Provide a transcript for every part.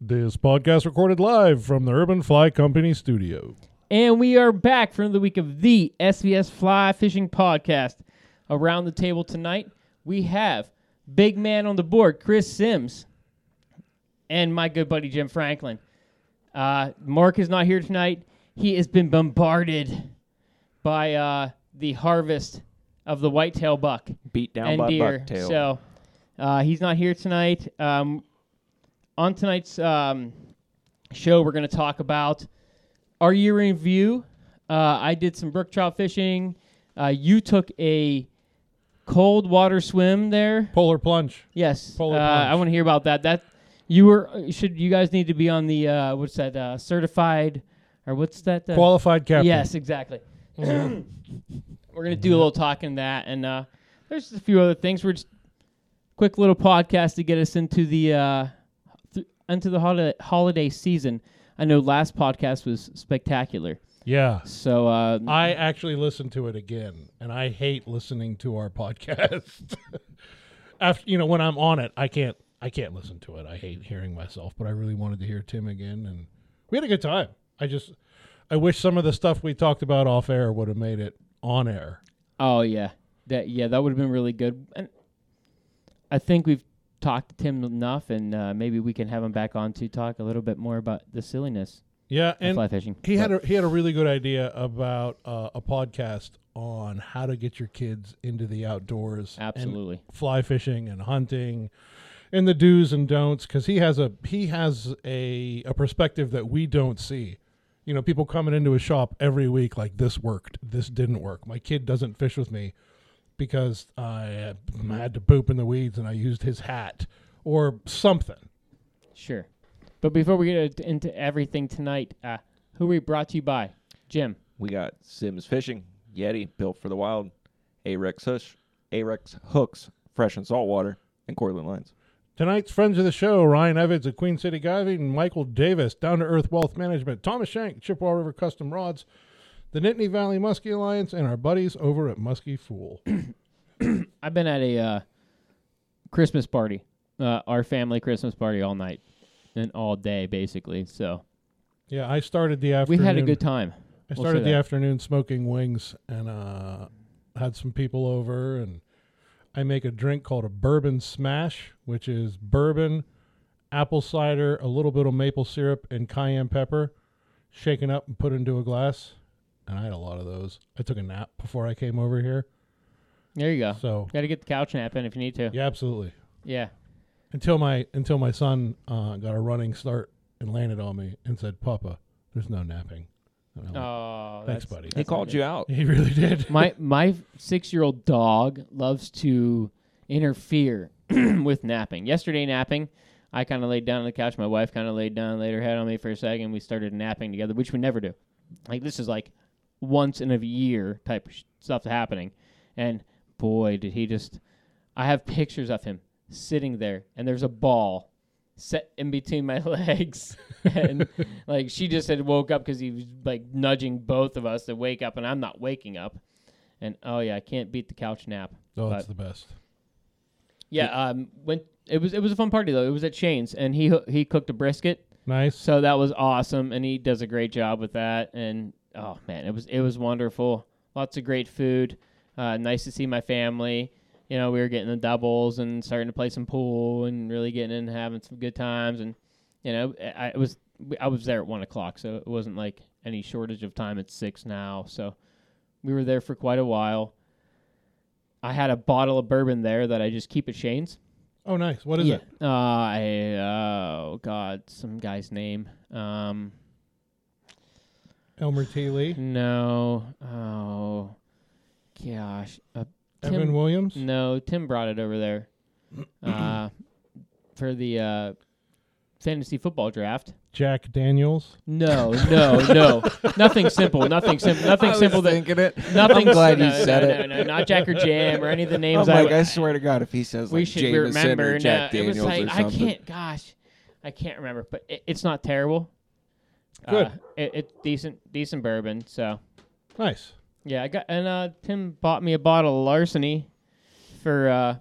This podcast recorded live from the Urban Fly Company studio. And we are back for another week of the SBS Fly Fishing Podcast. Around the table tonight, we have big man on the board, Chris Sims, and my good buddy Jim Franklin. Uh, Mark is not here tonight. He has been bombarded by uh, the harvest of the whitetail buck beat down and by deer. bucktail. So uh, he's not here tonight. Um, on tonight's um, show, we're going to talk about our year in review. Uh, I did some brook trout fishing. Uh, you took a cold water swim there. Polar plunge. Yes, uh, Polar plunge. I want to hear about that. That you were should you guys need to be on the uh, what's that uh, certified or what's that uh, Qualified captain. Yes, exactly. we're gonna do a little talking that, and uh, there's just a few other things. We're just quick little podcast to get us into the uh, th- into the holiday holiday season. I know last podcast was spectacular, Yeah. so uh, I actually listened to it again, and I hate listening to our podcast. After you know, when I'm on it, I can't. I can't listen to it. I hate hearing myself, but I really wanted to hear Tim again, and we had a good time. I just, I wish some of the stuff we talked about off air would have made it on air. oh yeah, that yeah that would have been really good. And I think we've talked to Tim enough, and uh, maybe we can have him back on to talk a little bit more about the silliness Yeah, of and fly fishing. He had a he had a really good idea about uh, a podcast on how to get your kids into the outdoors, and Absolutely. fly fishing and hunting, and the do's and don'ts. Because he has a he has a a perspective that we don't see. You know, people coming into his shop every week like this worked, this didn't work. My kid doesn't fish with me because I uh, had to poop in the weeds and I used his hat or something. Sure. But before we get uh, into everything tonight, uh, who we brought to you by? Jim. We got Sims Fishing, Yeti, built for the wild, Arex Hush, Arex Hooks, fresh and saltwater, and Corlin Lines. Tonight's friends of the show Ryan Evans of Queen City Diving, Michael Davis, Down to Earth Wealth Management, Thomas Shank, Chippewa River Custom Rods, the Nittany Valley Muskie Alliance, and our buddies over at Muskie Fool. I've been at a uh, Christmas party, uh, our family Christmas party all night and all day, basically. So yeah, I started the afternoon. we had a good time. I we'll started say the that. afternoon smoking wings and uh, had some people over, and I make a drink called a bourbon smash, which is bourbon, apple cider, a little bit of maple syrup, and cayenne pepper, shaken up and put into a glass. And I had a lot of those. I took a nap before I came over here, There you go. so Got to get the couch nap in if you need to. Yeah. yeah, absolutely. Until my until my son uh, got a running start and landed on me and said, "Papa, there's no napping." And I'm like, Oh, Thanks, that's- buddy. He that's not called good. you out. He really did. my my six year old dog loves to interfere with napping. Yesterday napping, I kind of laid down on the couch. My wife kind of laid down, laid her head on me for a second. We started napping together, which we never do. Like this is like once in a year type of sh- stuff happening, and boy did he just! I have pictures of him sitting there, and there's a ball set in between my legs and like she just had woke up because he was like nudging both of us to wake up and i'm not waking up and oh yeah i can't beat the couch nap oh, but- it's the best. yeah um went it was it was a fun party though it was at shane's and he he cooked a brisket Nice. so that was awesome and he does a great job with that and oh man it was it was wonderful lots of great food uh, nice to see my family you know we were getting the doubles and starting to play some pool and really getting in and having some good times and you know i, I was i was there at one o'clock so it wasn't like any shortage of time it's six now so we were there for quite a while i had a bottle of bourbon there that i just keep at shane's Oh, nice. What is it? uh, I, oh God, some guy's name. Um, Elmer T. Lee, Mm. no, oh, gosh, uh, Tim, Mm. Evan Williams. no, Tim brought it over there, uh, for the uh, fantasy football draft. Jack Daniels. No, no, no, nothing simple, nothing simple, nothing simple. That thinking it. nothing. I'm glad no, you no, said no, it. No, no, not Jack or Jam or any of the names. I'm like, w- I swear to God, if he says we like should Jameson remember. or Jack no, it Daniels was like, or something, I can't. Gosh, I can't remember. But it, it's not terrible. Good. Uh, it, it's decent, decent bourbon. So Nice. yeah, I got and uh, Tim bought me a bottle of Larceny for uh,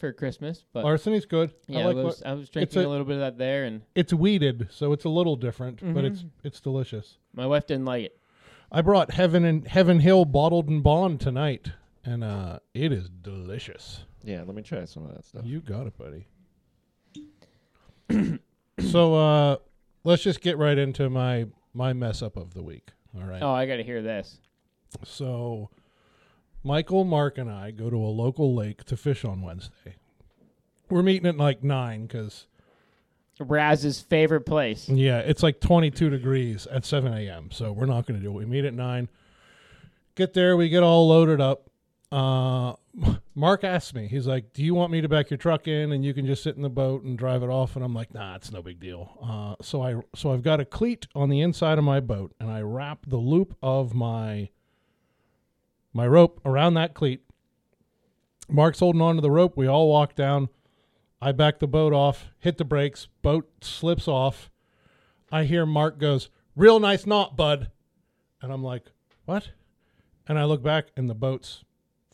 for Christmas, but Larceny's good. yeah, I like I was lar- I was drinking a- a, little bit of that there, and it's weeded, so it's a little different, but Mhm. it's it's delicious. my wife didn't like it. I brought Heaven and Heaven Hill bottled and bond tonight, and uh, it is delicious. Yeah, let me try some of that stuff. You got it, buddy. so uh, let's just get right into my my mess up of the week. All right. Oh, I got to hear this. So Michael, Mark, and I go to a local lake to fish on Wednesday. We're meeting at like nine because Raz's favorite place. Yeah, it's like 22 degrees at 7 a.m. So we're not going to do it. We meet at 9. Get there. We get all loaded up. Uh, Mark asks me, he's like, Do you want me to back your truck in and you can just sit in the boat and drive it off? And I'm like, Nah, it's no big deal. Uh, so, I, so I've got a cleat on the inside of my boat and I wrap the loop of my, my rope around that cleat. Mark's holding on to the rope. We all walk down. I back the boat off, hit the brakes, boat slips off. I hear Mark goes, "Real nice knot, bud," and I'm like, "What?" And I look back, and the boat's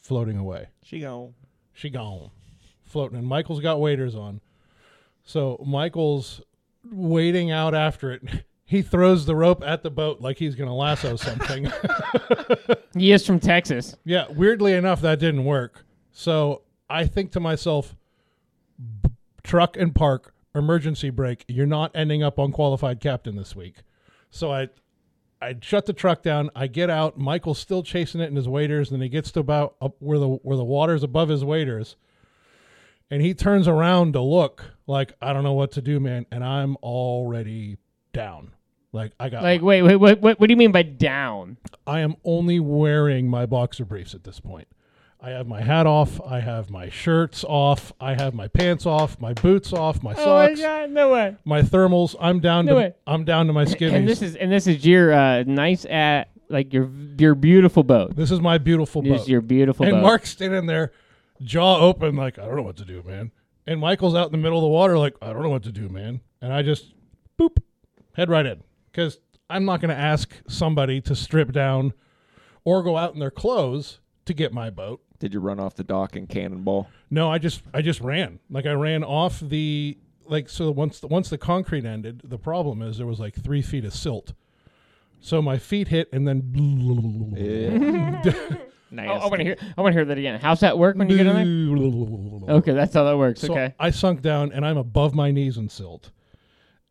floating away. She gone. She gone, floating. And Michael's got waders on, so Michael's wading out after it. He throws the rope at the boat like he's gonna lasso something. He is from Texas. yeah, weirdly enough, that didn't work. So I think to myself, "B- truck and park, emergency brake. You're not ending up on qualified captain this week. So I I shut the truck down. I get out. Michael's still chasing it in his waders, and he gets to about up where the where the water's above his waders, and he turns around to look like I don't know what to do, man. And I'm already down. Like I got Like, wait, wait, what, what, what do you mean by down? I am only wearing my boxer briefs at this point. I have my hat off. I have my shirts off. I have my pants off. My boots off. My socks. god, no way. my thermals. I'm down Oh, No to way. I'm down to my And skivvies. this This, is and this is your uh, nice at like your your beautiful boat. is my beautiful This boat. is your beautiful and boat. Mark's standing there, jaw open, like I don't know what to do, man. And Michael's out in the middle of the water, like I don't know what to do, man. And I just boop, head right in, because I'm not going to ask somebody to strip down or go out in their clothes to get my boat. Did you run off the dock and cannonball? No, I just I just ran. Like I ran off the like so once the, once the concrete ended, the problem is there was like three feet of silt. So my feet hit and then oh, I want to hear. I want to hear that again. How's that work when you get on there? Okay, that's how that works. So okay. I sunk down and I'm above my knees in silt.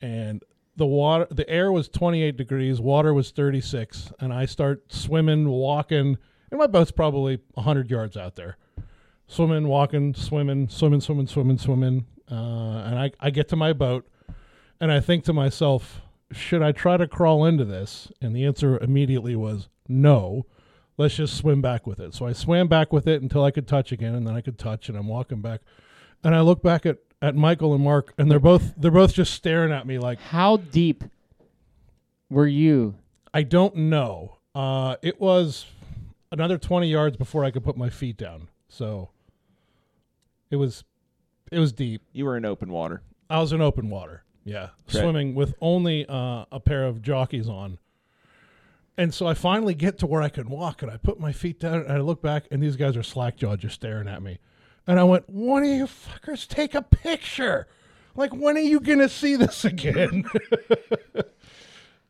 And the water the air was 28 degrees, water was 36, and I start swimming, walking, and my boat's probably 100 yards out there. Swimming, walking, swimming, swimming, swimming, swimming, swimming. Uh, and I, I get to my boat and I think to myself, should I try to crawl into this? And the answer immediately was no. Let's just swim back with it. So I swam back with it until I could touch again, and then I could touch, and I'm walking back, and I look back at, at Michael and Mark, and they're both they're both just staring at me like How deep were you? I don't know. Uh, it was another 20 yards before I could put my feet down, so it was it was deep. You were in open water. I was in open water. Yeah, Right. swimming with only uh, a pair of jockeys on. And so I finally get to where I can walk, and I put my feet down, and I look back, and these guys are slackjawed, just staring at me. And I went, "One of you fuckers take a picture? Like, when are you gonna see this again?"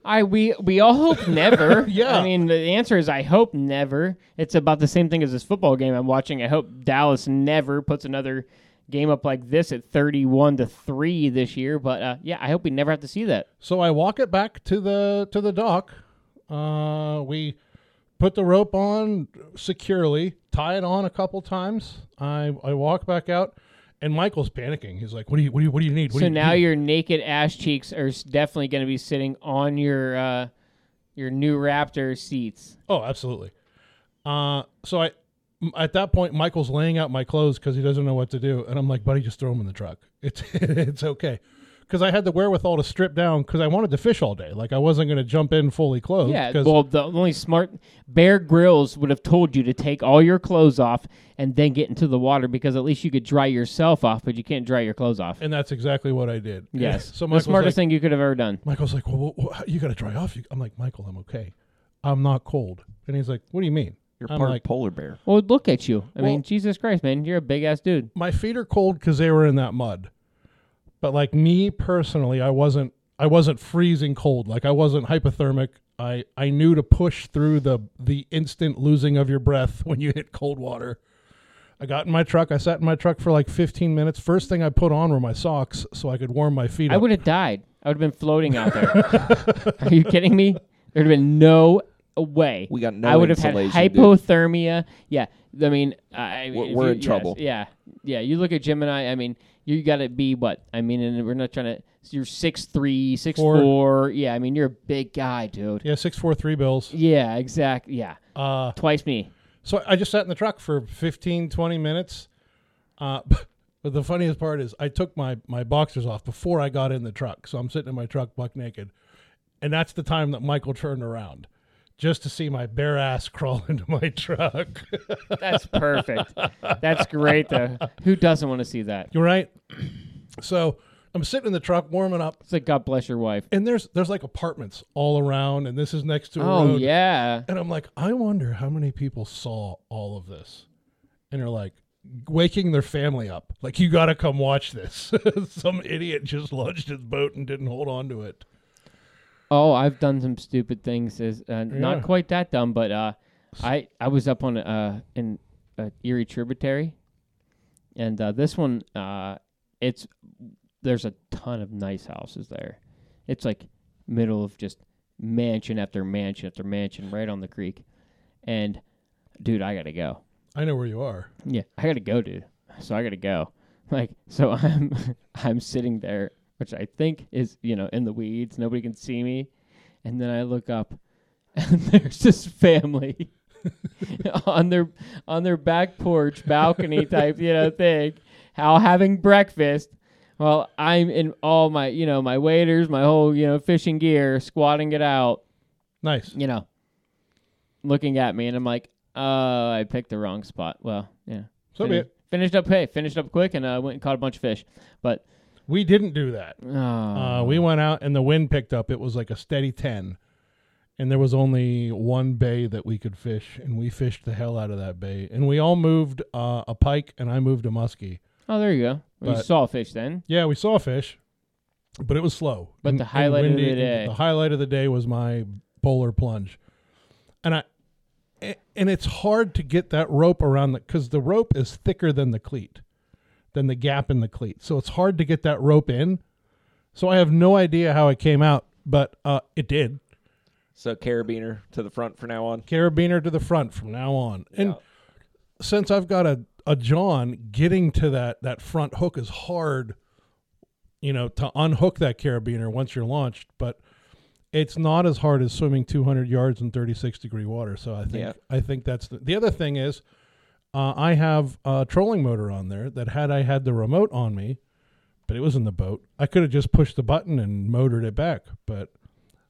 I we we all hope never. Yeah. I mean, the answer is I hope never. It's about the same thing as this football game I'm watching. I hope Dallas never puts another game up like this at 31 to 3 this year, but uh, yeah, I hope we never have to see that. So I walk it back to the to the dock. Uh, we put the rope on securely, tie it on a couple times. I I walk back out, and Michael's panicking. He's like, "What do you what do you what do you need?" What so do you now need?" your naked ass cheeks are s- definitely going to be sitting on your uh, your new Raptor seats. oh absolutely. Uh, so I m- at that point Michael's laying out my clothes because he doesn't know what to do, and I'm like, "Buddy, just throw them in the truck. It's it's okay." Because I had the wherewithal to strip down because I wanted to fish all day. Like I wasn't going to jump in fully clothed. Yeah, Oh, 'cause- well, the only smart Bear Grylls would have told you to take all your clothes off and then get into the water because at least you could dry yourself off, but you can't dry your clothes off. and that's exactly what I did. Yes, So the Michael's like, smartest thing you could have ever done. Michael's like, well, well, well, you got to dry off. You- I'm like, Michael, I'm okay. I'm not cold. And he's like, what do you mean? You're I'm part like- polar bear. Well, look at you. I Well- mean, Jesus Christ, man, you're a big ass dude. my feet are cold because they were in that mud but like me personally i wasn't i wasn't freezing cold like i wasn't hypothermic i i knew to push through the the instant losing of your breath when you hit cold water i got in my truck i sat in my truck for like 15 minutes first thing i put on were my socks so i could warm my feet I up would have died. I would have been floating out there. Are you kidding me? There'd have been no way. We got no I would have had insulation. dude. hypothermia. Yeah, I mean, I, We're- if we're you- in yes, trouble. Yeah, yeah. You look at Gemini. I mean, you got to be what? I mean, and we're not trying to. You're six three, six Four. four. Yeah, I mean, you're a big guy, dude. yeah 643 bills Yeah, exact. Yeah, uh twice me. So I just sat in the truck for 15, 20 minutes. Uh, but the funniest part is I took my, my boxers off before I got in the truck. So I'm sitting in my truck buck naked. And that's the time that Michael turned around just to see my bare ass crawl into my truck. That's perfect. That's great, though. Who doesn't want to see that? You're right. So I'm sitting in the truck warming up. It's like God bless your wife. And there's there's like apartments all around, and this is next to a Oh road. yeah. And I'm like, I wonder how many people saw all of this and are like waking their family up. Like, you got to come watch this. Some idiot just lodged his boat and didn't hold on to it. Oh, I've done some stupid things. As, uh, Yeah. Not quite that dumb, but uh, I I was up on uh, an uh, Erie tributary, and uh, this one uh, it's there's a ton of nice houses there. It's like middle of just mansion after mansion after mansion right on the creek, and dude, I gotta go. I know where you are. Yeah, I gotta go, dude. So I gotta go. Like, so I'm I'm sitting there, which I think is you know in the weeds. Nobody can see me, and then I look up, and there's this family on their on their back porch balcony type you know thing, how having breakfast. Well, I'm in all my you know my waders, my whole you know fishing gear, squatting it out, Nice. you know, looking at me, and I'm like, uh, I picked the wrong spot. Well, yeah. So be Fini- it. Finished up, hey, finished up quick, and uh, went and caught a bunch of fish. But We didn't do that. uh, Uh, we went out and the wind picked up. It was like a steady 10. And there was only one bay that we could fish. And we fished the hell out of that bay. And we all moved uh, a pike and I moved a muskie. oh, there you go. We But- saw fish then. Yeah, we saw fish, but it was slow. But the highlight of the and day. The highlight of the day was my bowler plunge, and I, a- and it's hard to get that rope around the because the rope is thicker than the cleat, than the gap in the cleat, so it's hard to get that rope in. So I have no idea how it came out, but uh, it did. So carabiner to the front for now on. Carabiner to the front from now on, and Yeah. since I've got a, a John, getting to that that front hook is hard, you know, to unhook that carabiner once you're launched, but it's not as hard as swimming 200 yards in 36 degree water. So I think Yeah. I think that's the, the other thing is uh, I have a trolling motor on there that had I had the remote on me, but it was in the boat, I could have just pushed the button and motored it back. But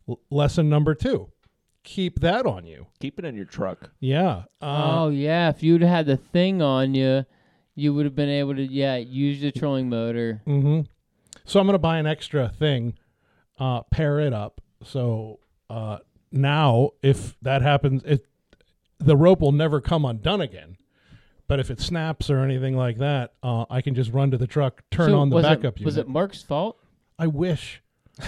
l- lesson number two, keep that on you. Keep it in your truck. Yeah. Uh, oh yeah, if you'd had the thing on you, you would have been able to yeah use the trolling motor. Mm-hmm. So I'm going to buy an extra thing, uh, pair it up. So uh, now, if that happens, it the rope will never come undone again. But if it snaps or anything like that, uh, I can just run to the truck, turn So on the was backup It, unit. was it Mark's fault? I wish.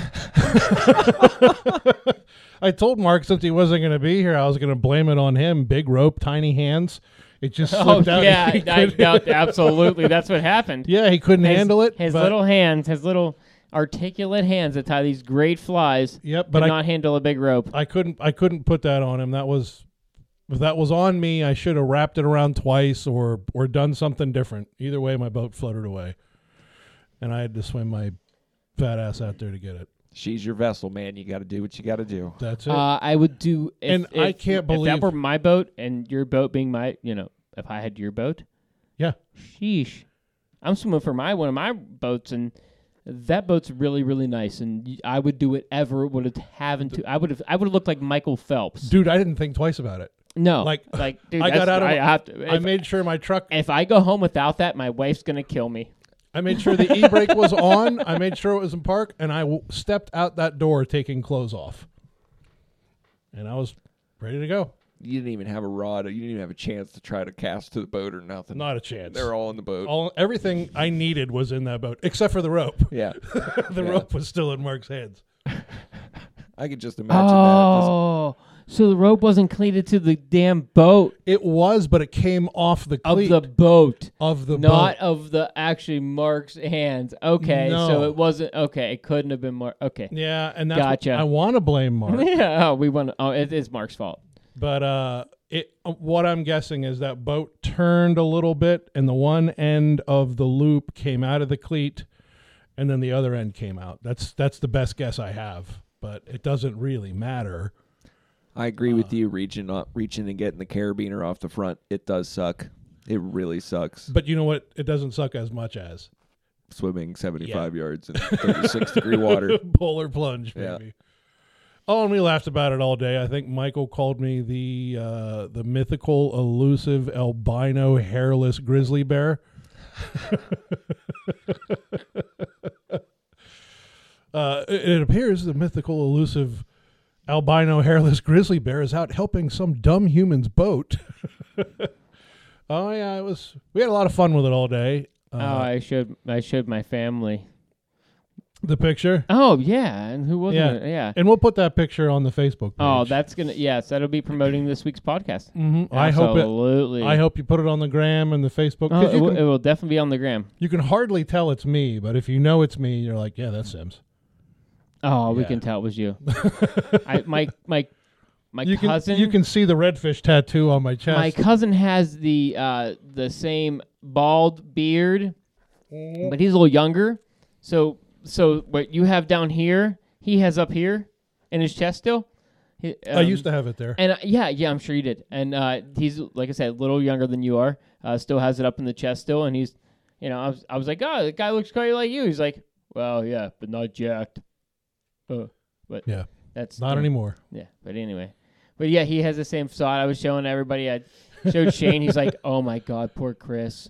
I told Mark since he wasn't going to be here, I was going to blame it on him. Big rope, tiny hands. It just Oh slipped out. yeah, He I, I couldn't- doubt absolutely that's what happened. yeah, he couldn't His- handle it. His but- little hands, his little articulate hands that tie these great flies, Yep, but but I not handle a big rope. I couldn't I couldn't put that on him. That was if that was on me, I should have wrapped it around twice or or done something different. Either way, my boat floated away. And I had to swim my fat ass out there to get it. She's your vessel, man. You got to do what you got to do. That's it. Uh, I would do. If, And I if- can't if believe- that were my boat and your boat being my, you know, if I had your boat. Yeah. Sheesh, I'm swimming for my one of my boats, and that boat's really really nice, and y- I would do whatever it would have happened to. I would have I would have looked like Michael Phelps. Dude, I didn't think twice about it. no, like, like dude, I got that's- out of I my- have to. If, I made sure my truck if I go home without that, my wife's gonna kill me. I made sure the e-brake was on, I made sure it was in park and I w- stepped out that door taking clothes off. And I was ready to go. You didn't even have a rod. You didn't even have a chance to try to cast to the boat or nothing. Not a chance. They're all in the boat. all everything I needed was in that boat except for the rope. yeah, the Yeah. rope was still in Mark's hands. I could just imagine that. Oh, so the rope wasn't cleated to the damn boat It was, but it came off the of cleat the boat, of the not boat. of the actually Mark's hands. Okay, so No. it wasn't. Okay, it couldn't have been Mark. Okay, Yeah, and that's what- Gotcha. I want to blame Mark, yeah. Oh, we won. Oh, it is Mark's fault. but uh, it what I'm guessing is that boat turned a little bit, and the one end of the loop came out of the cleat, and then the other end came out. That's that's the best guess I have, but it doesn't really matter. I agree Uh. with you. Reaching, up, reaching, and getting the carabiner off the front. It does suck. It really sucks. But you know what? It doesn't suck as much as Swimming seventy-five yards in thirty-six degree water. polar plunge, Yeah. maybe. Oh, and we laughed about it all day. I think Michael called me the uh, the mythical, elusive, albino, hairless grizzly bear. uh, it, it appears the mythical, elusive, albino, hairless grizzly bear is out helping some dumb human's boat. oh yeah, it was. We had a lot of fun with it all day. oh, Uh, I showed I showed my family. the picture, Oh yeah, and who wasn't? Yeah. It? Yeah. and we'll put that picture on the Facebook. Page. Oh, that's gonna yes, that'll be promoting this week's podcast. hmm I hope it. Absolutely. I hope you put it on the gram and the Facebook. Oh, 'cause it, you, will, can, it will definitely be on the gram. you can hardly tell it's me, but if you know it's me, you're like, yeah, that's Sims. Oh, we Yeah. can tell it was you. I, my my my you cousin. can you can see the redfish tattoo on my chest. my cousin has the uh, the same bald beard, Mm. but he's a little younger. So so what you have down here, he has up here in his chest still. He, I um, used to have it there. And uh, yeah, yeah, I'm sure you did. And uh, he's like I said, a little younger than you are. Uh, still has it up in the chest still, and he's, you know, I was, I was like, oh, the guy looks quite like you. He's like, well, yeah, but not jacked. Uh, but Yeah. that's Not yeah, anymore. Yeah, but anyway, but yeah, he has the same thought. I was showing everybody. I showed Shane. He's like, oh my god, poor Chris.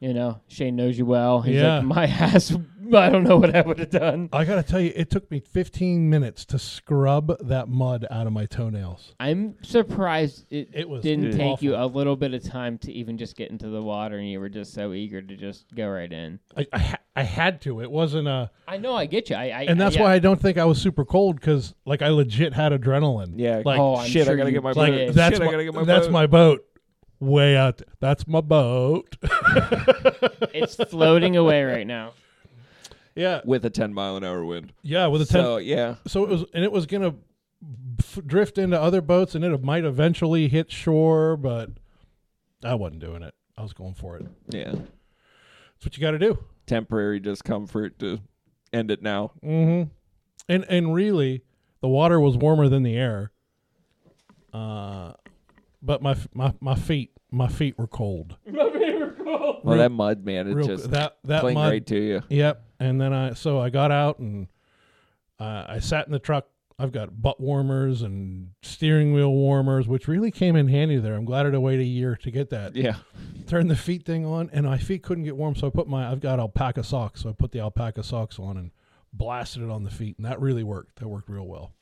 You know, Shane knows you well. He's Yeah. like, my ass. I don't know what I would have done. I gotta tell you, it took me 15 minutes to scrub that mud out of my toenails. I'm surprised it, It was didn't take you awful. a little bit of time to even just get into the water, and you were just so eager to just go right in. I, I, ha- I had to. It wasn't a, I know, I get you. I, I and that's yeah. why I don't think I was super cold because like I legit had adrenaline. Yeah, like Oh, I'm shit, sure I gotta you get my like did. boat. that's shit, my, I gotta get my that's boat. my boat way out. th- That's my boat. it's floating away right now. yeah, with a ten mile an hour wind. yeah. With a ten, So yeah, so it was and it was gonna f- drift into other boats and it might eventually hit shore but i wasn't doing it i was going for it yeah. that's what you got to do Temporary discomfort to end it now. mm-hmm. and and really the water was warmer than the air uh but my f- my my feet my feet were cold Well, Real- that mud, man, it real just that that cling mud right to you. Yep. And then I so I got out and uh, I sat in the truck. I've got butt warmers and steering wheel warmers, which really came in handy there. I'm glad I had to wait a year to get that. Yeah, Turned the feet thing on, and my feet couldn't get warm, so I put my I've got alpaca socks, so I put the alpaca socks on and blasted it on the feet, and that really worked. That worked real well.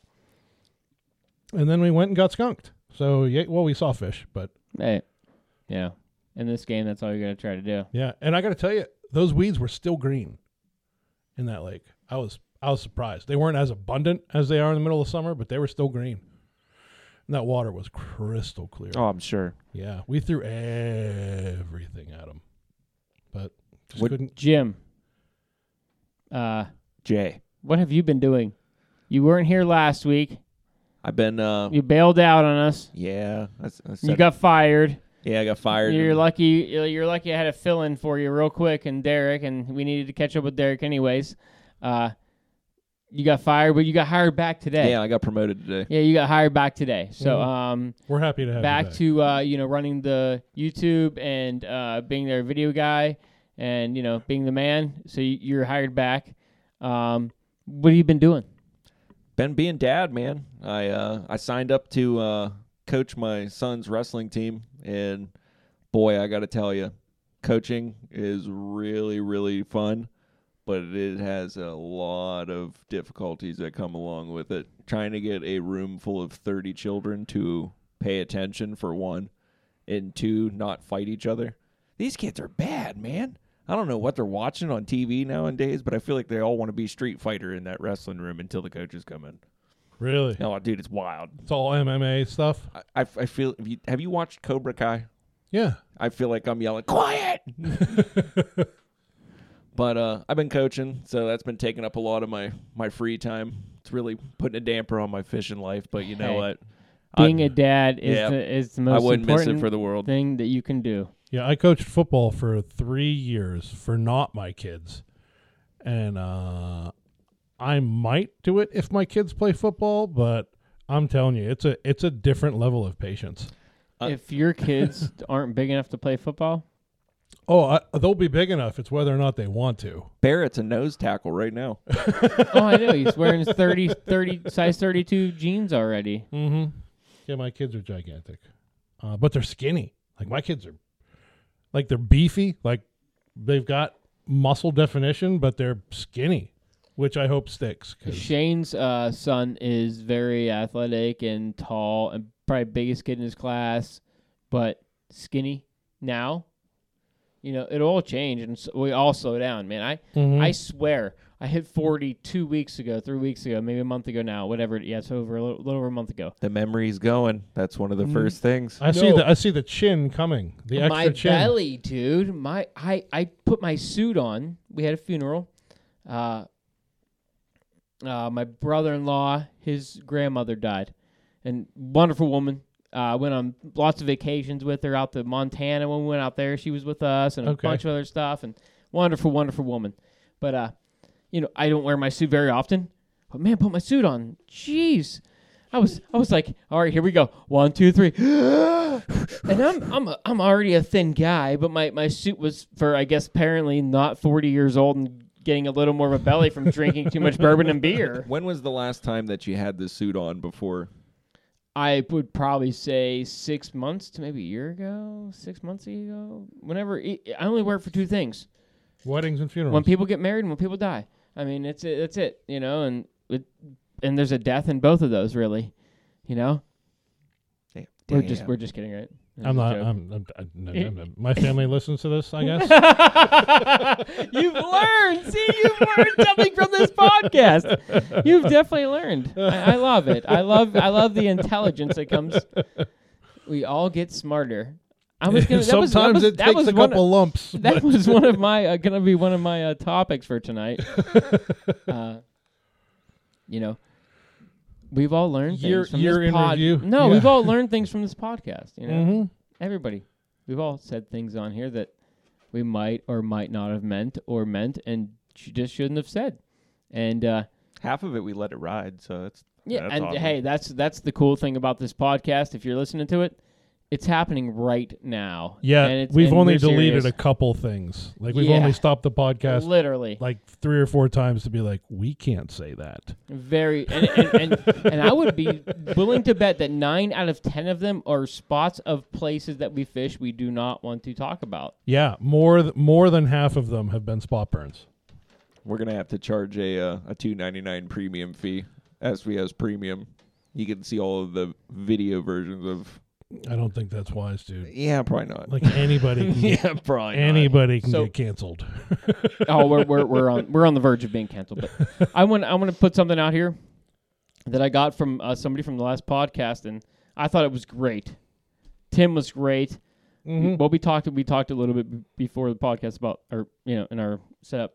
And then we went and got skunked. So yeah, well, we saw fish, but Hey, you know, in this game, that's all you got to try to do. Yeah, and I got to tell you, those weeds were still green in that lake. I was I was surprised. They weren't as abundant as they are in the middle of summer, but they were still green. And that water was crystal clear. oh, I'm sure. Yeah, we threw everything at them, but just What- couldn't. Jim, uh, Jay, what have you been doing? You weren't here last week. I've been. Uh, You bailed out on us. yeah, I, s- I You said- got fired. yeah, I got fired. You're and- lucky. You're lucky. I had a fill in for you real quick, and Derek, and we needed to catch up with Derek anyways. Uh, you got fired, but you got hired back today. yeah, Mm-hmm. I got promoted today. Yeah, you got hired back today. So, Mhm. um, We're happy to have back you to uh, you know running the YouTube and uh, being their video guy, and you know being the man. So you, you're hired back. Um, what have you been doing? Been being dad, man. I uh, I signed up to uh, coach my son's wrestling team, and boy, I got to tell you, coaching is really really fun, but it has a lot of difficulties that come along with it. Trying to get a room full of thirty children to pay attention for one, and two, not fight each other. These kids are bad, man. I don't know what they're watching on TV nowadays, but I feel like they all want to be Street Fighter in that wrestling room until the coaches come in. Really? Oh, dude, it's wild. It's all MMA stuff. I, I, I feel. Have you, have you watched Cobra Kai? Yeah. I feel like I'm yelling, quiet. but uh, I've been coaching, so that's been taking up a lot of my my free time. It's really putting a damper on my fishing life. But you know Hey, what? Being I, a dad is yeah. the is the I most wouldn't miss it important for the world. thing that you can do. Yeah, I coached football for three years for not my kids. And uh, I might do it if my kids play football, but I'm telling you, it's a it's a different level of patience. Uh, if your kids aren't big enough to play football, Oh, I, they'll be big enough. It's whether or not they want to. Barrett's a nose tackle right now. oh, I know he's wearing his 30, 30 size thirty two jeans already. Mm-hmm. Yeah, my kids are gigantic, uh, but they're skinny. Like my kids are, like they're beefy. Like they've got muscle definition, but they're skinny, which I hope sticks. 'cause- Shane's uh, son is very athletic and tall, and probably biggest kid in his class, but skinny now. You know, it'll all change, and s we all slow down, man. I Mhm. I swear, I hit forty two weeks ago, three weeks ago, maybe a month ago now, whatever. Yeah, it's over a little, little over a month ago. The memory's going. That's one of Mm. the first things. I see No. the I see the chin coming. The extra my chin. belly, dude. My I I put my suit on. We had a funeral. Uh, uh, my brother-in-law, his grandmother died, and wonderful woman. I uh, went on lots of vacations with her out to Montana when we went out there. She was with us and a Okay. bunch of other stuff. And wonderful, wonderful woman. But uh, you know, I don't wear my suit very often. But man, put my suit on. Jeez. I was I was like, all right, here we go. One, two, three. and I'm I'm a, I'm already a thin guy, but my, my suit was for I guess apparently not 40 years old and getting a little more of a belly from drinking too much bourbon and beer. When was the last time that you had this suit on before? I would probably say 6 months to maybe a year ago, 6 months ago. Whenever I I only wear it for two things. Weddings and funerals. when people get married and when people die. I mean, it's it, that's it, you know, and it, and there's a death in both of those, really, you know. Damn. We're just we're just kidding, right? That I'm was a not. joke. I'm, I'm, I'm, no, no, no. my family listens to this. I guess. you've learned. See, you've learned something from this podcast. You've definitely learned. I, I love it. I love. I love the intelligence that comes. We all get smarter. I was gonna. That was, Sometimes that was, it that takes was a one couple lumps. That was one of my uh, gonna be one of my uh, topics for tonight. uh, you know, we've all learned Year- things from year this in pod. review. No, Yeah. we've all learned things from this podcast. You know, hmm everybody, we've all said things on here that we might or might not have meant or meant and sh- just shouldn't have said. And uh, Half of it we let it ride, so it's yeah, That's and awesome. hey, that's that's the cool thing about this podcast. If you're listening to it, it's happening right now. and Yeah, it's, we've and only we're deleted serious. a couple things. Like we've Yeah. only stopped the podcast Literally, like three or four times to be like, we can't say that. Very, and, and, and, and I would be willing to bet that nine out of ten of them are spots of places that we fish we do not want to talk about. Yeah, more th- more than half of them have been spot burns. We're gonna have to charge a uh, a two ninety nine premium fee. SVS premium. You can see all of the video versions of. I don't think that's wise, dude. Yeah, probably not. Like anybody, can get, probably anybody can So- get canceled. Oh, we're, we're, we're on we're on the verge of being canceled. But I want I want to put something out here that I got from uh, somebody from the last podcast, and I thought it was great. Tim was great. Mhm. Well, we talked we talked a little bit b- before the podcast about or you know in our setup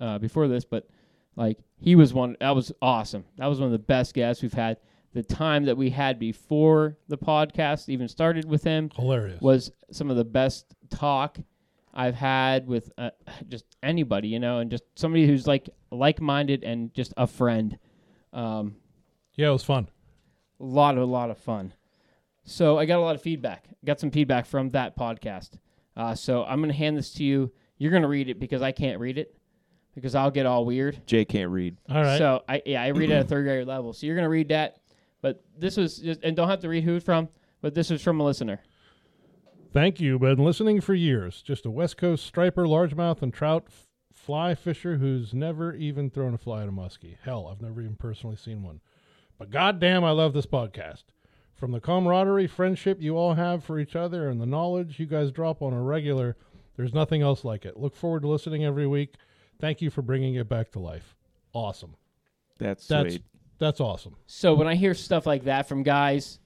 uh, before this, but like he was one that was awesome. That was one of the best guests we've had. The time that we had before the podcast even started with him Hilarious. was some of the best talk I've had with uh, just anybody, you know, and just somebody who's like like-minded and just a friend. Um, Yeah, it was fun. a lot a lot of fun so i got a lot of feedback got some feedback from that podcast uh, so i'm going to hand this to you you're going to read it because i can't read it because i'll get all weird Jay can't read. All right. so i yeah i read at a third grade level so you're going to read that but this was just, and don't have to read who it's from but this was from a listener Thank you. Been listening for years. Just a West Coast striper, largemouth, and trout f- fly fisher who's never even thrown a fly at a muskie. Hell, I've never even personally seen one. But goddamn, I love this podcast. From the camaraderie, friendship you all have for each other, and the knowledge you guys drop on a regular, there's nothing else like it. Look forward to listening every week. Thank you for bringing it back to life. Awesome. That's That's sweet. that's awesome. So when I hear stuff like that from guys,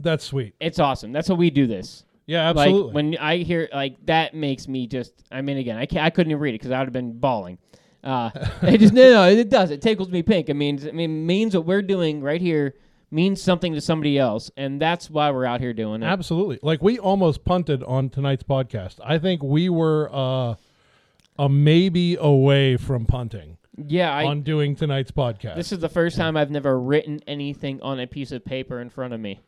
That's sweet. it's awesome. That's how we do this. Yeah, absolutely. Like when I hear like that makes me just. I mean, again, I can't, I couldn't even read it because I would have been bawling. Uh, it just no, no, it does. It tickles me pink. It means I mean means what we're doing right here means something to somebody else, and that's why we're out here doing it. Absolutely. Like we almost punted on tonight's podcast. I think we were uh, a maybe away from punting yeah, I, on doing tonight's podcast. this is the first time I've never written anything on a piece of paper in front of me.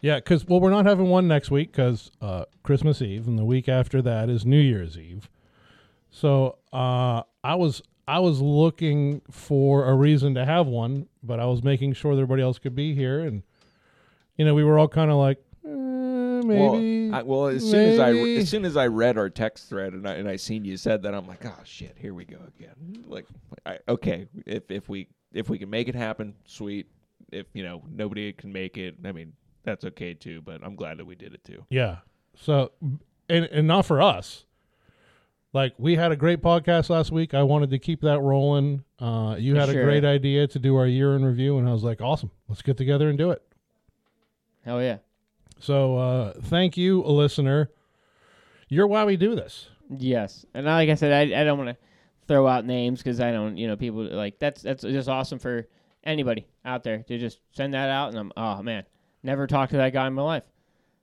yeah, because well, we're not having one next week because uh, Christmas Eve, and the week after that is New Year's Eve. So uh, I was I was looking for a reason to have one, but I was making sure that everybody else could be here, and you know we were all kind of like. eh, Maybe Well, I, well as soon as I maybe. as soon as I read our text thread and I and I seen you said that I'm like oh shit here we go again like I, okay if if we if we can make it happen sweet if you know nobody can make it I mean that's okay too but I'm glad that we did it too Yeah. So, and, and not for us. Like, we had a great podcast last week. I wanted to keep that rolling. Uh, you For had sure. a great idea to do our year in review, and I was like, awesome. Let's get together and do it. Hell yeah, So, uh, thank you, listener. You're why we do this. yes. And like I said, I, I don't want to throw out names because I don't, you know, people like that's that's just awesome for anybody out there to just send that out. And I'm oh man, never talked to that guy in my life.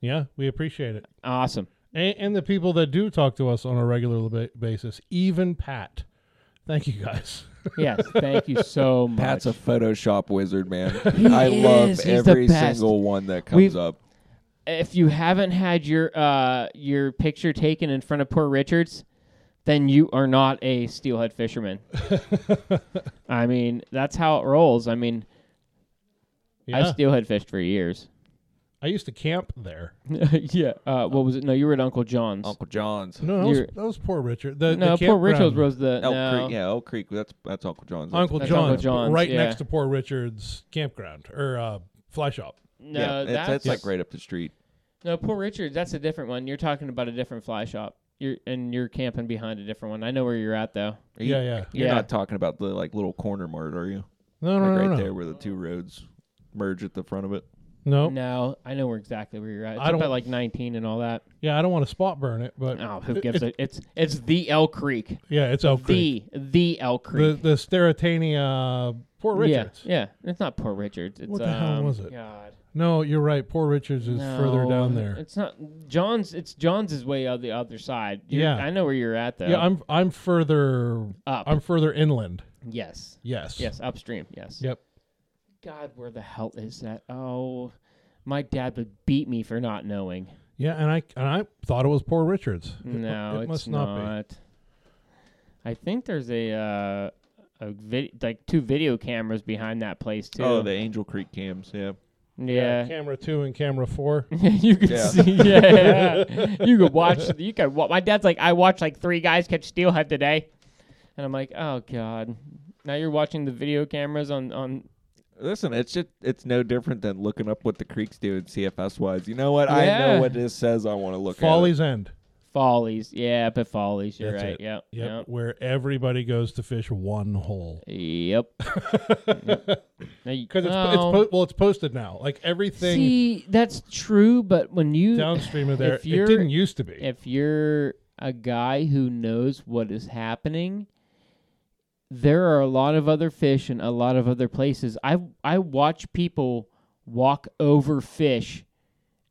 Yeah, we appreciate it. Awesome. And, and the people that do talk to us on a regular ba- basis, even Pat. Thank you guys. Yes, thank you so much. Pat's a Photoshop wizard man He I love is. He's the every best. single one that comes We've- up if you haven't had your uh your picture taken in front of poor Richards, then you are not a steelhead fisherman. I mean, that's how it rolls. I mean, Yeah. I've steelhead fished for years. I used to camp there. yeah. Uh, what was it? No, you were at Uncle John's. Uncle John's No, that was, You're- that was poor Richard. The, the no, poor Richards campground. was the Elk no. Creek yeah Elk Creek that's that's Uncle John's Uncle That's John's, Uncle John's, right yeah. next to Poor Richard's campground or uh, fly shop. No, yeah, it's- that's, it's like right up the street no poor Richards. That's a different one. You're talking about a different fly shop. You're and you're camping behind a different one. I know where you're at though. Are you- Yeah, yeah. You're Yeah. not talking about the like little corner mart, are you? No, no, like no, right no. there where the two roads merge at the front of it. no. No, I know where exactly where you're at. It's I up don't- at like 19 and all that. Yeah, I don't want to spot burn it, but Oh, who gives a? It's it's the Elk Creek. yeah, it's Elk Creek. The the Elk The Creek. the Steratania Poor Richards. Yeah, yeah. It's not Poor Richards. It's, What the hell um, was it? God, No, you're right. Poor Richards is further No, down there. It's not John's. It's John's is way on the other side. You're- Yeah. I know where you're at though. Yeah, I'm I'm further up. I'm further inland. yes, Yes. yes, upstream. Yes. Yep. God, where the hell is that? Oh, my dad would beat me for not knowing. Yeah, and I and I thought it was Poor Richards. It mu- No, it it's must not. not, be. I think there's a uh, a vid- like two video cameras behind that place too. Oh, the Angel Creek cams. Yeah. yeah. Camera two and camera four. you could Yeah. see, yeah. you could watch. You could. Wa- my dad's like, I watched like three guys catch steelhead today, and I'm like, oh god. Now you're watching the video cameras on on. Listen, it's just it's no different than looking up what the creeks do in CFS wise. You know what? I Yeah. know what this says. I want to look Folly's End. Follies, yeah, but follies. You're That's right. it. Yep. Yep. Where everybody goes to fish one hole. Yep. Because Because it's, po- it's po- well, it's posted now. Like everything Oh. see that's true, but when you downstream of there, it if you're- didn't used to be. if you're a guy who knows what is happening, there are a lot of other fish in a lot of other places. I I watch people walk over fish,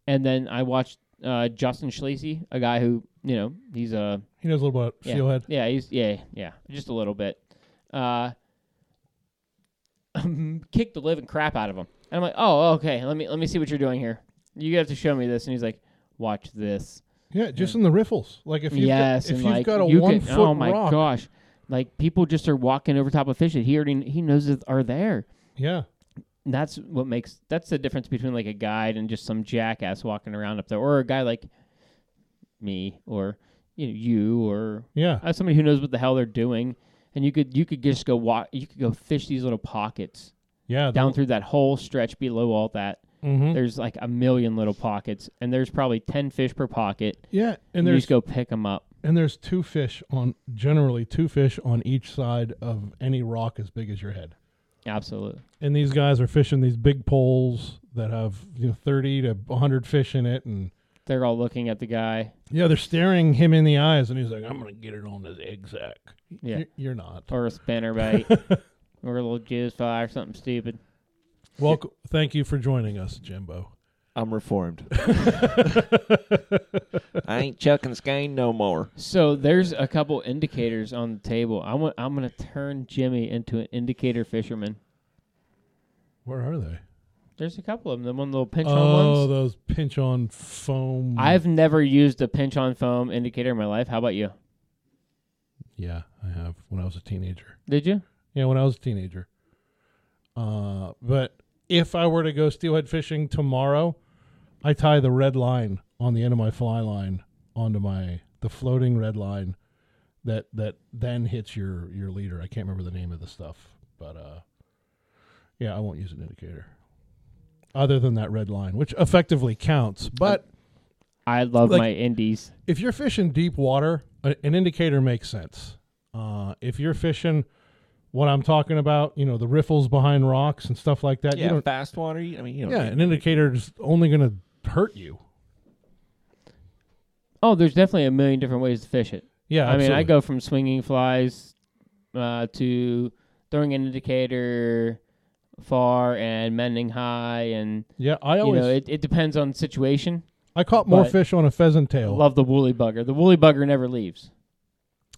and then I watched uh, Justin Schleesy, a guy who you know he's a he knows a little about yeah, steelhead. Yeah, he's yeah yeah just a little bit. Uh, kicked the living crap out of him, and I'm like, oh okay, let me let me see what you're doing here. You have to show me this, and he's like, watch this. Yeah, just in the riffles. Like if you've Yes, got, if and you've like got a you one can, foot oh my rock, gosh, like people just are walking over top of fish that he already he knows that are there. yeah, And that's what makes that's the difference between like a guide and just some jackass walking around up there, or a guy like me, or you know, you, or yeah, uh, somebody who knows what the hell they're doing. And you could you could just go walk you could go fish these little pockets yeah. the- down through that whole stretch below all that. Uh-huh. Mm-hmm. There's like a million little pockets, and there's probably ten fish per pocket. Yeah, and And you there's just go pick them up. and there's two fish on generally two fish on each side of any rock as big as your head. Absolutely. And these guys are fishing these big poles that have you know, thirty to hundred fish in it, and They're all looking at the guy. yeah, they're staring him in the eyes, and he's like, "I'm gonna get it on this egg sack." Yeah. You're, you're not. Or a spinnerbait. or a little jizz fly or something stupid. Welcome. Thank you for joining us, Jimbo. I'm reformed. I ain't chucking skein no more. So there's a couple indicators on the table. I want I'm gonna turn Jimmy into an indicator fisherman. Where are they? There's a couple of them. The one little pinch on Oh, ones. those pinch on foam. I've never used a pinch on foam indicator in my life. How about you? yeah, I have when I was a teenager. Did you? Yeah, when I was a teenager. Uh, but if I were to go steelhead fishing tomorrow, I tie the red line on the end of my fly line onto my the floating red line that that then hits your your leader. I can't remember the name of the stuff, but uh, yeah, I won't use an indicator. Other than that red line, which effectively counts, but I love Like- my indies. if you're fishing deep water, a- an indicator makes sense. Uh, if you're fishing what I'm talking about, you know, the riffles behind rocks and stuff like that, you Yeah, don't, fast water. you- I mean, you know, yeah, an indicator is only going to hurt you. Oh, there's definitely a million different ways to fish it. Yeah, I mean, I absolutely. go from swinging flies uh, to throwing an indicator far and mending high, and Yeah, I you always know, it, it depends on situation. I caught more but- fish on a pheasant tail. Love the woolly bugger. The woolly bugger never leaves.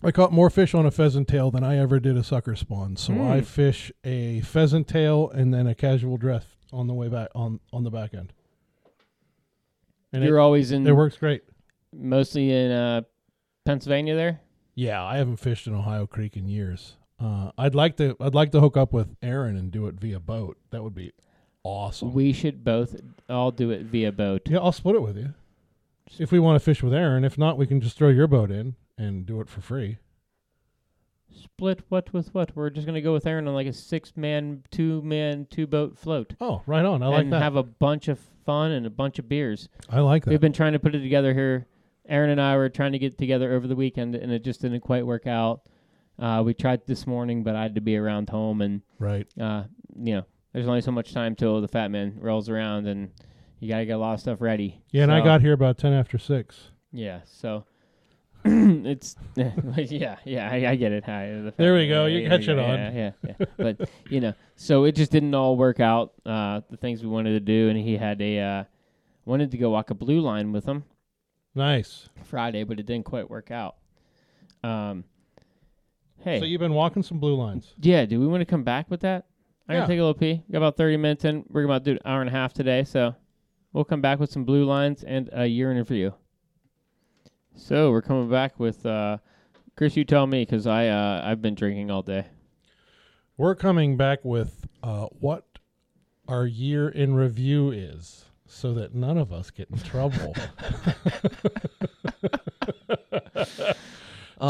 I caught more fish on a pheasant tail than I ever did a sucker spawn. So Hmm. I fish a pheasant tail and then a casual dress on the way back on on the back end. And You're it, always in it works great. mostly in uh, Pennsylvania there. Yeah, I haven't fished in Ohio Creek in years. Uh, I'd like to. I'd like to hook up with Aaron and do it via boat. That would be awesome. We should both all do it via boat. yeah, I'll split it with you if we want to fish with Aaron. If not, we can just throw your boat in and do it for free. Split what with what? We're just gonna go with Aaron on like a six man, two man, two boat float, Oh, right on. I like and that. have a bunch of fun and a bunch of beers. I like We've that. been trying to put it together here. Aaron and I were trying to get together over the weekend, and it just didn't quite work out. Uh, we tried this morning, but I had to be around home, and Right. uh, you know, there's only so much time till the fat man rolls around, and you gotta get a lot of stuff ready. Yeah, and I So- got here about ten after six. yeah. So it's yeah, yeah. I, I get it. Hi, the fat There we man, go, you yeah, catch yeah, it on. Yeah, yeah. yeah. but you know, so it just didn't all work out. Uh, the things we wanted to do, and he had a uh, wanted to go walk a blue line with him. Nice. Friday, but it didn't quite work out. Um, hey, So you've been walking some blue lines. yeah, do we want to come back with that? I'm Yeah. gonna take a little pee. Got about 30 minutes in. We're about to do an hour and a half today, so we'll come back with some blue lines and a year in review. So we're coming back with uh, Chris. You tell me, cause I uh, I've been drinking all day. We're coming back with uh, what our year in review is, so that none of us get in trouble.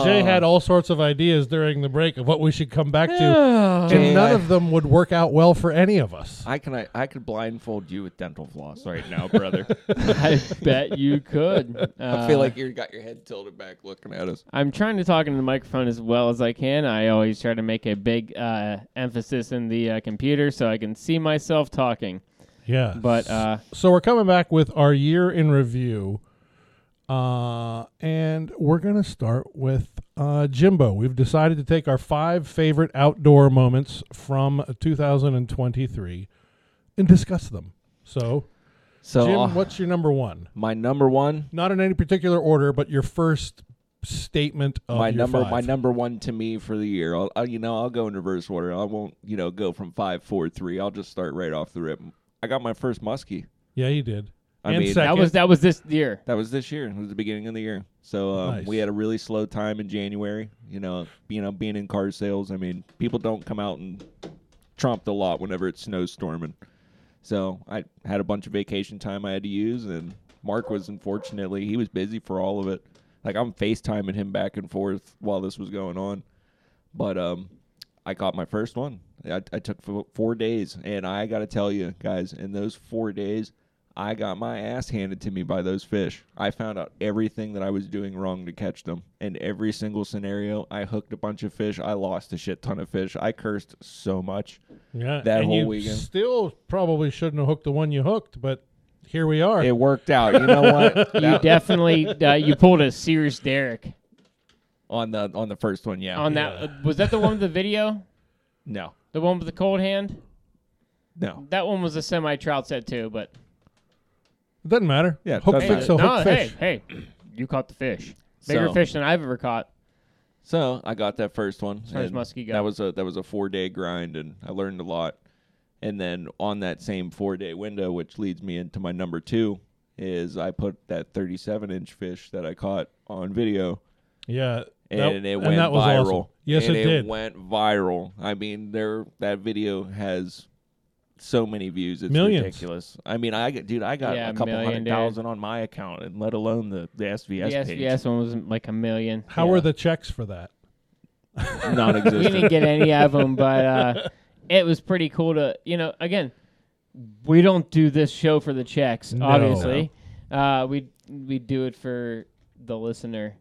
Jay Uh, had all sorts of ideas during the break of what we should come back to, Jay, and none I- of them would work out well for any of us. I can I, I could blindfold you with dental floss right now, brother. I bet you could. Uh, I feel like you got your head tilted back looking at us. I'm trying to talk into the microphone as well as I can. I always try to make a big uh, emphasis in the uh, computer so I can see myself talking. Yeah. But uh, so we're coming back with our year in review, uh, and we're gonna start with uh, Jimbo. We've decided to take our five favorite outdoor moments from 2023 and discuss them. So, So Jim, uh, what's your number one? my number one, Not in any particular order, but your first statement of my your number, five. my number one to me for the year. I'll, I'll you know I'll go in reverse order. I won't you know go from five, four, three. I'll just start right off the rip. I got my first muskie. Yeah, you did. I and mean, second, that was that was this year. That was this year. It was the beginning of the year. So um, Nice. we had a really slow time in January. You know, you know, being in car sales. I mean, people don't come out and tromp the lot whenever it's snowstorming. So I had a bunch of vacation time I had to use, and Mark was unfortunately he was busy for all of it. Like I'm FaceTiming him back and forth while this was going on, but um, I caught my first one. I, I took fo- four days, and I got to tell you guys, in those four days, I got my ass handed to me by those fish. I found out everything that I was doing wrong to catch them. In every single scenario, I hooked a bunch of fish. I lost a shit ton of fish. I cursed so much. Yeah, That and whole you weekend. Still, probably shouldn't have hooked the one you hooked, but here we are. It worked out. You know what? You definitely uh, you pulled a Sears Derrick on the on the first one, yeah. on that. was that the one with the video? no, The one with the cold hand? no. That one was a semi trout set too, but doesn't matter. Yeah, hook doesn't fix a no, hook hey, fish. hey, you caught the fish, bigger So- fish than I've ever caught. So I got that first one. far as and muskie go. That was a that was a four day grind, and I learned a lot. And then on that same four day window, which leads me into my number two, is I put that thirty seven inch fish that I caught on video, Yeah, and that- it went that was viral. awesome. Yes, And it, did. went viral. I mean, there that video has so many views. It's Millions. ridiculous. I mean, I got- dude, I got Yeah, a couple million, hundred dude. thousand on my account, and let alone the the SVS the page. SVS one was like a million. How were the checks for that? we non-existent. didn't get any of them, but uh, it was pretty cool to you know. Again, we don't do this show for the checks, No. obviously. Uh, we we do it for the listener,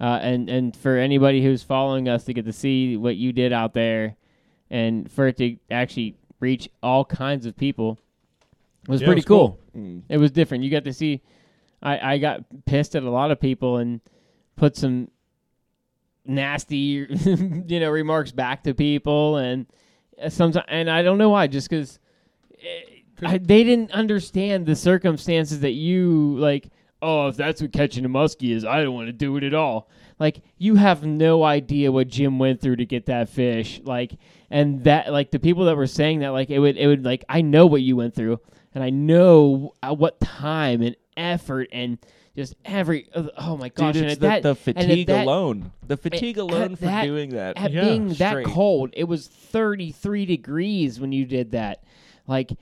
uh, and and for anybody who's following us to get to see what you did out there, and for it to actually reach all kinds of people was Yeah, it pretty was cool. cool. Mm. It was different. You got to see. I, I got pissed at a lot of people and put some nasty, you know, remarks back to people, and sometimes, and I don't know why, just because they didn't understand the circumstances that you like. Oh, if that's what catching a muskie is, I don't want to do it at all. Like you have no idea what Jim went through to get that fish. Like and that like the people that were saying that like it would it would like I know what you went through and I know at what time and effort and just every oh my gosh Dude, and it's at the, that, the and at fatigue that- alone. The fatigue at alone for that- doing that. at Yeah. being that Straight. cold. It was 33 degrees when you did that. Like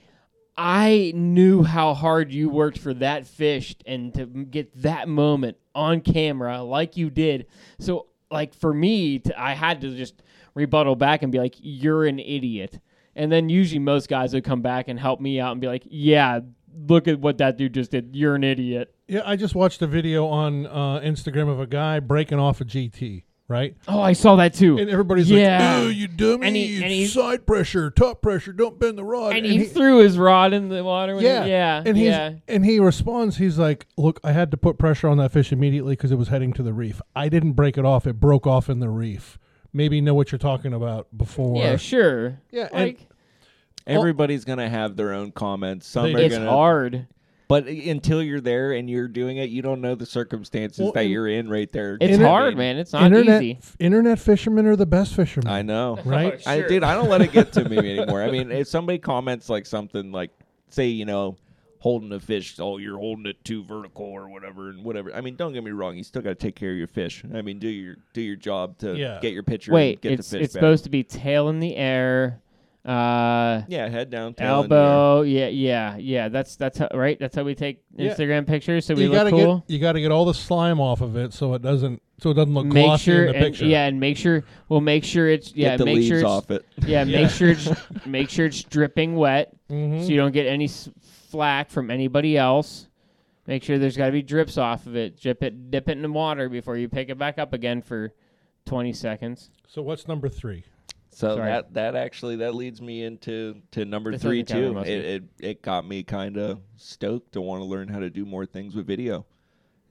I knew how hard you worked for that fish and to get that moment on camera like you did. So like for me, to, I had to just rebuttal back and be like you're an idiot. And then usually most guys would come back and help me out and be like, "Yeah, look at what that dude just did. You're an idiot." Yeah, I just watched a video on uh, Instagram of a guy breaking off a GT, right? Oh, I saw that too. And everybody's Yeah. like, "Oh, you dummy! And he- and he- side pressure, top pressure, don't bend the rod." and he, threw his rod in the water. When yeah, he, yeah, and he's yeah. and he responds, he's like, "Look, I had to put pressure on that fish immediately because it was heading to the reef. I didn't break it off; it broke off in the reef. Maybe know what you're talking about before." Yeah, sure. Yeah, and- like Everybody's gonna have their own comments. Some They- are it's gonna, hard. but until you're there and you're doing it, you don't know the circumstances Well, that and- you're in right there. It's You know what I hard, mean? man. It's not internet easy. f- internet fishermen are the best fishermen. I know, Right? Oh, I, sure. dude, I don't let it get to me anymore. I mean, if somebody comments like something like, say, you know, holding a fish, oh, you're holding it too vertical or whatever, and whatever. I mean, don't get me wrong, you still got to take care of your fish. I mean, do your do your job to Yeah. get your picture. Wait, and get it's the fish it's back. supposed to be tail in the air, uh, Yeah, head down, tail in the air. elbow. Yeah, yeah, yeah. That's that's how, right. That's how we take Yeah. Instagram pictures, so we you look gotta cool. get you gotta get all the slime off of it so it doesn't so it doesn't look make glossy sure in the and picture. yeah, and make sure we'll make sure it's yeah, Get the make leaves sure it's, off it. yeah, make sure it's make sure it's dripping wet. Mhm. so you don't get any s- flack from anybody else. Make sure there's got to be drips off of it. Dip it, dip it in the water before you pick it back up again for 20 seconds. So what's number three? So Sorry. that that actually that leads me into to number This three doesn't count, too. it must It, be. it it got me kind of stoked to want to learn how to do more things with video,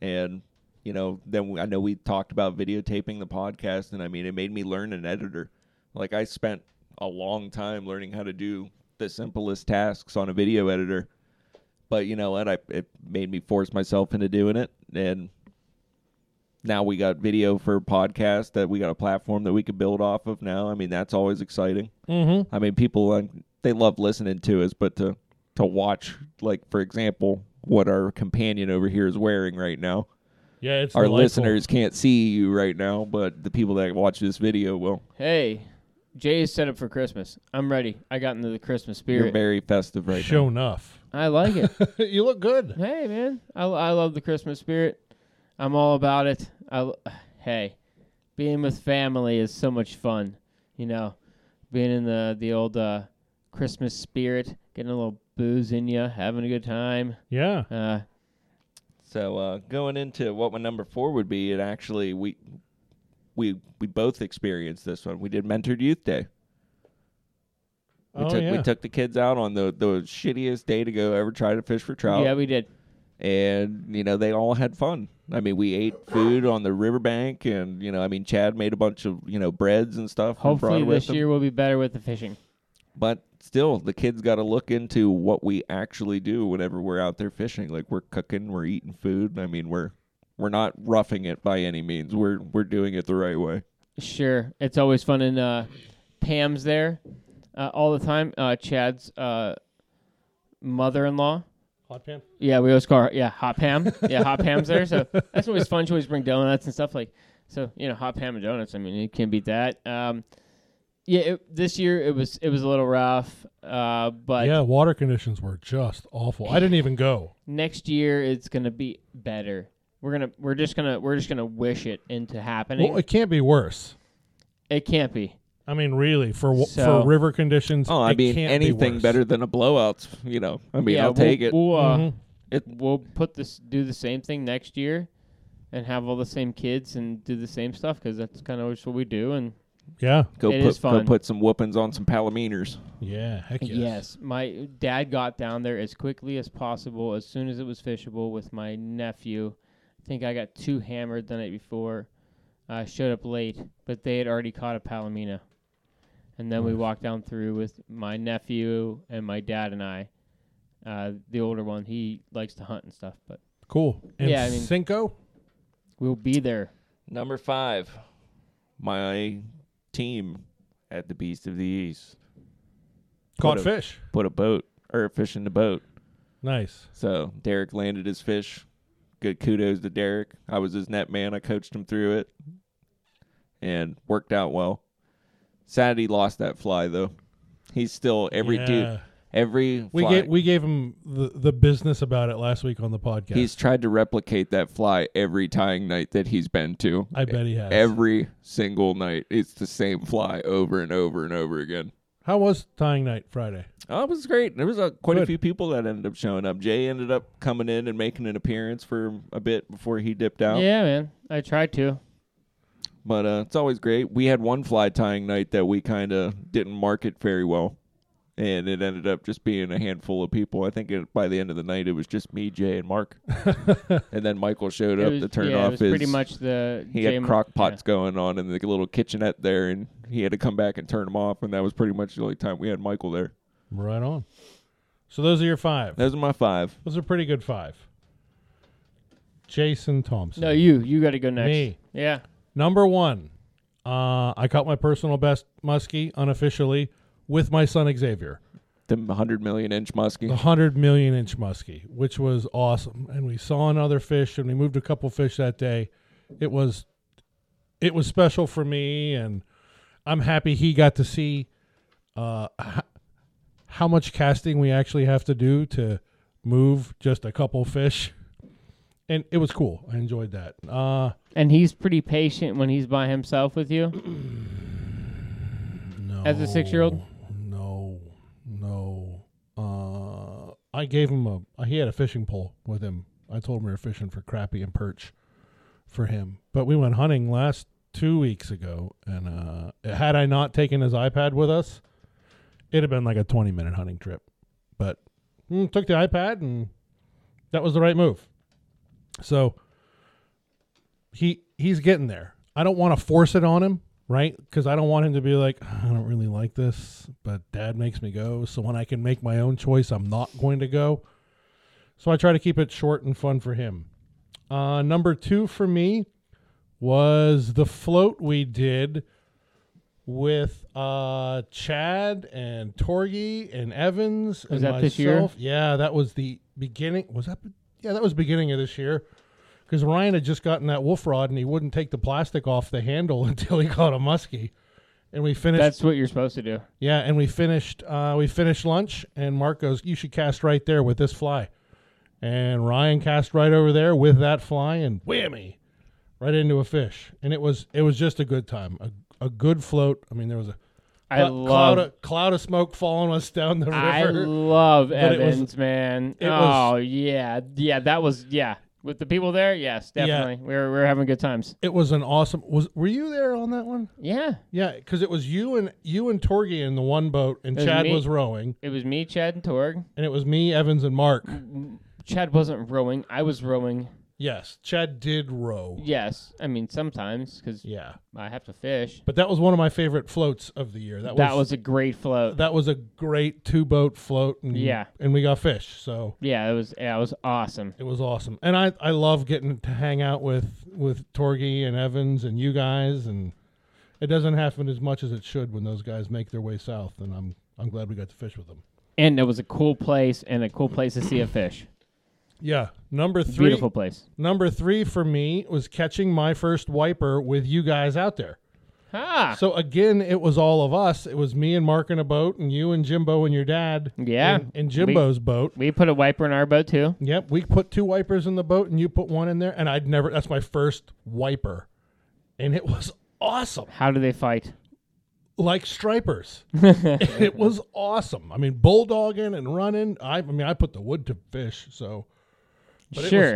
and you know then we, I know we talked about videotaping the podcast, and I mean it made me learn an editor. Like I spent a long time learning how to do the simplest tasks on a video editor, but you know what? I it made me force myself into doing it, and now we got video for podcast that we got a platform that we could build off of now. I mean, that's always exciting. Mm-hmm. I mean, people uh, they love listening to us, but to to watch, like for example, what our companion over here is wearing right now. Yeah, it's Our delightful. listeners can't see you right now, but the people that watch this video will. Hey, Jay is set up for Christmas. I'm ready. I got into the Christmas You're spirit. very festive right show enough. I like it. you look good. hey, man. I, I love the Christmas spirit. I'm all about it. I, l- hey, being with family is so much fun, you know. being in the the old uh, Christmas spirit, getting a little booze in you, having a good time. Yeah. Uh, So uh, going into what my number four would be, it actually we we we both experienced this one. We did mentored youth day. We oh took yeah. we took the kids out on the the shittiest day to go ever try to fish for trout. yeah, we did. and you know they all had fun. I mean, we ate food on the riverbank, and you know, I mean, Chad made a bunch of you know breads and stuff. and brought Hopefully it with this him. year we'll be better with the fishing. but still, the kids got to look into what we actually do whenever we're out there fishing. Like we're cooking, we're eating food. I mean, we're we're not roughing it by any means. We're we're doing it the right way. Sure, it's always fun and uh, Pam's there uh, all the time. Uh, Chad's uh, mother-in-law. Hot pan. Yeah, we always call her yeah Hot Pam. Yeah, Hot Pam's there, so that's always fun. She always bring donuts and stuff like so. You know, Hot Pam and donuts. I mean, you can't beat that. Um, yeah, it, this year it was it was a little rough, uh, but yeah, water conditions were just awful. I didn't even go. next year it's gonna be better. We're gonna we're just gonna we're just gonna wish it into happening. Well, it can't be worse. it can't be. I mean, really, for wa- So- for river conditions. Oh, I it mean, can't anything be worse. better than a blowout. You know, I mean, yeah, I'll we'll- take it. We'll, uh, Mhm. It- we'll put this do the same thing next year, and have all the same kids and do the same stuff because that's kind of what we do. And Yeah. Go it put is fun. go put some whoopings on some palominos. Yeah. Heck yes. Yes. my dad got down there as quickly as possible, as soon as it was fishable, with my nephew. I think I got too hammered the night before. I showed up late, but they had already caught a palomino. And then we walked down through with my nephew and my dad and I. Uh, the older one, he likes to hunt and stuff, but Cool. And Yeah, I mean- Cinco. we'll be there. Number five, my team at the Beast of the East Caught Put a- fish. put a boat or fish in the boat. Nice. So Derek landed his fish. Good kudos to Derek. I was his net man. I coached him through it, and worked out well. Sad he lost that fly though. He's still every Yeah. dude. Every We fly, gave we gave him the, the business about it last week on the podcast. he's tried to replicate that fly every tying night that he's been to. I bet he has. Every single night, it's the same fly over and over and over again. How was tying night Friday? Oh, it was great. There was uh, quite a Good. few people that ended up showing up. Jay ended up coming in and making an appearance for a bit before he dipped out. Yeah, man. I tried to. But uh, it's always great. We had one fly tying night that we kind of didn't market very well, and it ended up just being a handful of people. I think it, by the end of the night, it was just me, Jay, and Mark. and then Michael showed It up was- to turn yeah, off it was his. pretty much the he J- had crock pots going on in the little kitchenette there, and he had to come back and turn them off. And that was pretty much the only time we had Michael there. Right on. So those are your five. Those are my five. Those are pretty good five. Jason Thompson. No, you you got to go next. Me. Yeah. Number one, uh, I caught my personal best muskie unofficially with my son Xavier, The 100 million inch muskie. the 100 million inch muskie, which was awesome. And we saw another fish and we moved a couple fish that day. It was it was special for me and I'm happy he got to see uh, h- how much casting we actually have to do to move just a couple fish. And it was cool. I enjoyed that. Uh, And he's pretty patient when he's by himself with you. No. As a six-year-old? No, no. Uh, I gave him a. He had a fishing pole with him. I told him we were fishing for crappie and perch for him. But we went hunting last two weeks ago, and uh, had I not taken his iPad with us, it'd have been like a twenty-minute hunting trip. But mm, took the iPad, and that was the right move. So he he's getting there. I don't want to force it on him, right? Because I don't want him to be like, I don't really like this, but dad makes me go. So when I can make my own choice, I'm not going to go. So I try to keep it short and fun for him. Uh, number two for me was the float we did with uh, Chad and Torgy and Evans Was and that myself. this year? Yeah, that was the beginning. Was that? Yeah, that was beginning of this year because Ryan had just gotten that wolf rod and he wouldn't take the plastic off the handle until he caught a muskie. And we finished, That's what you're supposed to do. yeah, and we finished, uh, we finished lunch. And Mark goes, "You should cast right there with this fly." And Ryan cast right over there with that fly, and whammy, right into a fish. And it was, it was just a good time, a, a good float. I mean, there was a I Cl- cloud love of, cloud of smoke falling us down the river. I love But it was- Evans, man. it oh was- yeah, yeah. That was yeah. With the people there, yes, Yeah. definitely. We were we were having good times. it was an awesome. Was were you there on that one? Yeah, Yeah, because it was you and you and Torgy in the one boat, and It was Chad me. was rowing, it was me, Chad, and Torg. and it was me, Evans, and Mark. Chad wasn't rowing. I was rowing. Yes, Chad did row. Yes, I mean sometimes because Yeah, I have to fish. but that was one of my favorite floats of the year. That That was, was a great float. that was a great two boat float. And, Yeah. and we got fish, so yeah, it was. Yeah, it was awesome. it was awesome. And I I love getting to hang out with with Torgy and Evans and you guys, and it doesn't happen as much as it should when those guys make their way south. And I'm I'm glad we got to fish with them. And it was a cool place and a cool place to see a fish. Yeah, number three. Beautiful place. Number three for me was catching my first wiper with you guys out there. Ah, So again, it was all of us. It was me and Mark in a boat, and you and Jimbo and your dad. Yeah. in, in Jimbo's boat. we put a wiper in our boat too. Yep, we put two wipers in the boat, and you put one in there. And I'd never. That's my first wiper, and it was awesome, How do they fight? like stripers. it was awesome. I mean, bulldogging and running. I, I mean, I put the wood to fish, so But it was- sure.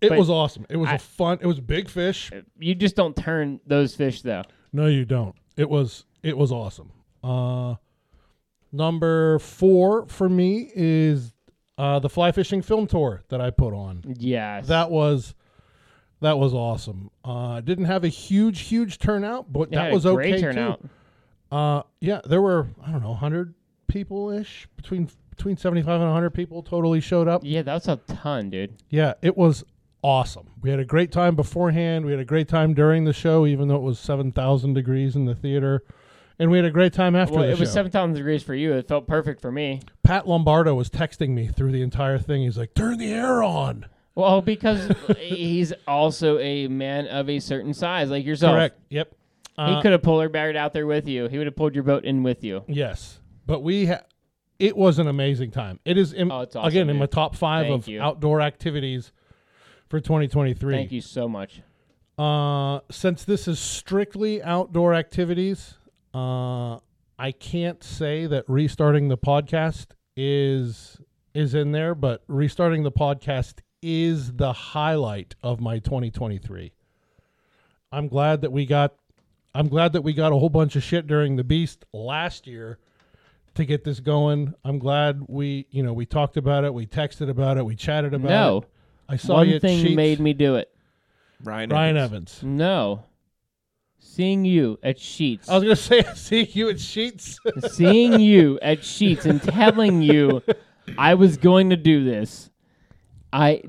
it But was awesome. It was a I- fun. It was big fish. you just don't turn those fish though. No, you don't. It was it was awesome. Uh, number four for me is uh, the fly fishing film tour that I put on. Yes. That was that was awesome. Uh, didn't have a huge huge turnout, but They that had a was great okay turnout. too. Uh, yeah, there were I don't know hundred people ish between between seventy five and hundred people totally showed up. Yeah, that's a ton, dude. Yeah, it was awesome. We had a great time beforehand. We had a great time during the show, even though it was 7,000 degrees in the theater. And we had a great time after well, the it was show. seven thousand degrees for you. It felt perfect for me. Pat Lombardo was texting me through the entire thing. He's like, turn the air on. Well, because he's also a man of a certain size, like yourself. Correct. Yep. he Uh, could have polar beared out there with you. He would have pulled your boat in with you. yes. But we, ha- it was an amazing time. It is, in, Oh, it's awesome, again, in dude. my top five Thank of you. outdoor activities for 2023. Thank you so much. Uh, since this is strictly outdoor activities, uh, I can't say that restarting the podcast is is in there, but restarting the podcast is the highlight of my 2023. I'm glad that we got I'm glad that we got a whole bunch of shit during the beast last year to get this going. I'm glad we, you know, we talked about it, we texted about it, we chatted about No. it. I saw you One at thing Sheets. made me do it. Ryan, Ryan Evans. Evans. No. Seeing you at Sheets. I was gonna say I see you at Sheets. Seeing you at Sheets and telling you I was going to do this. I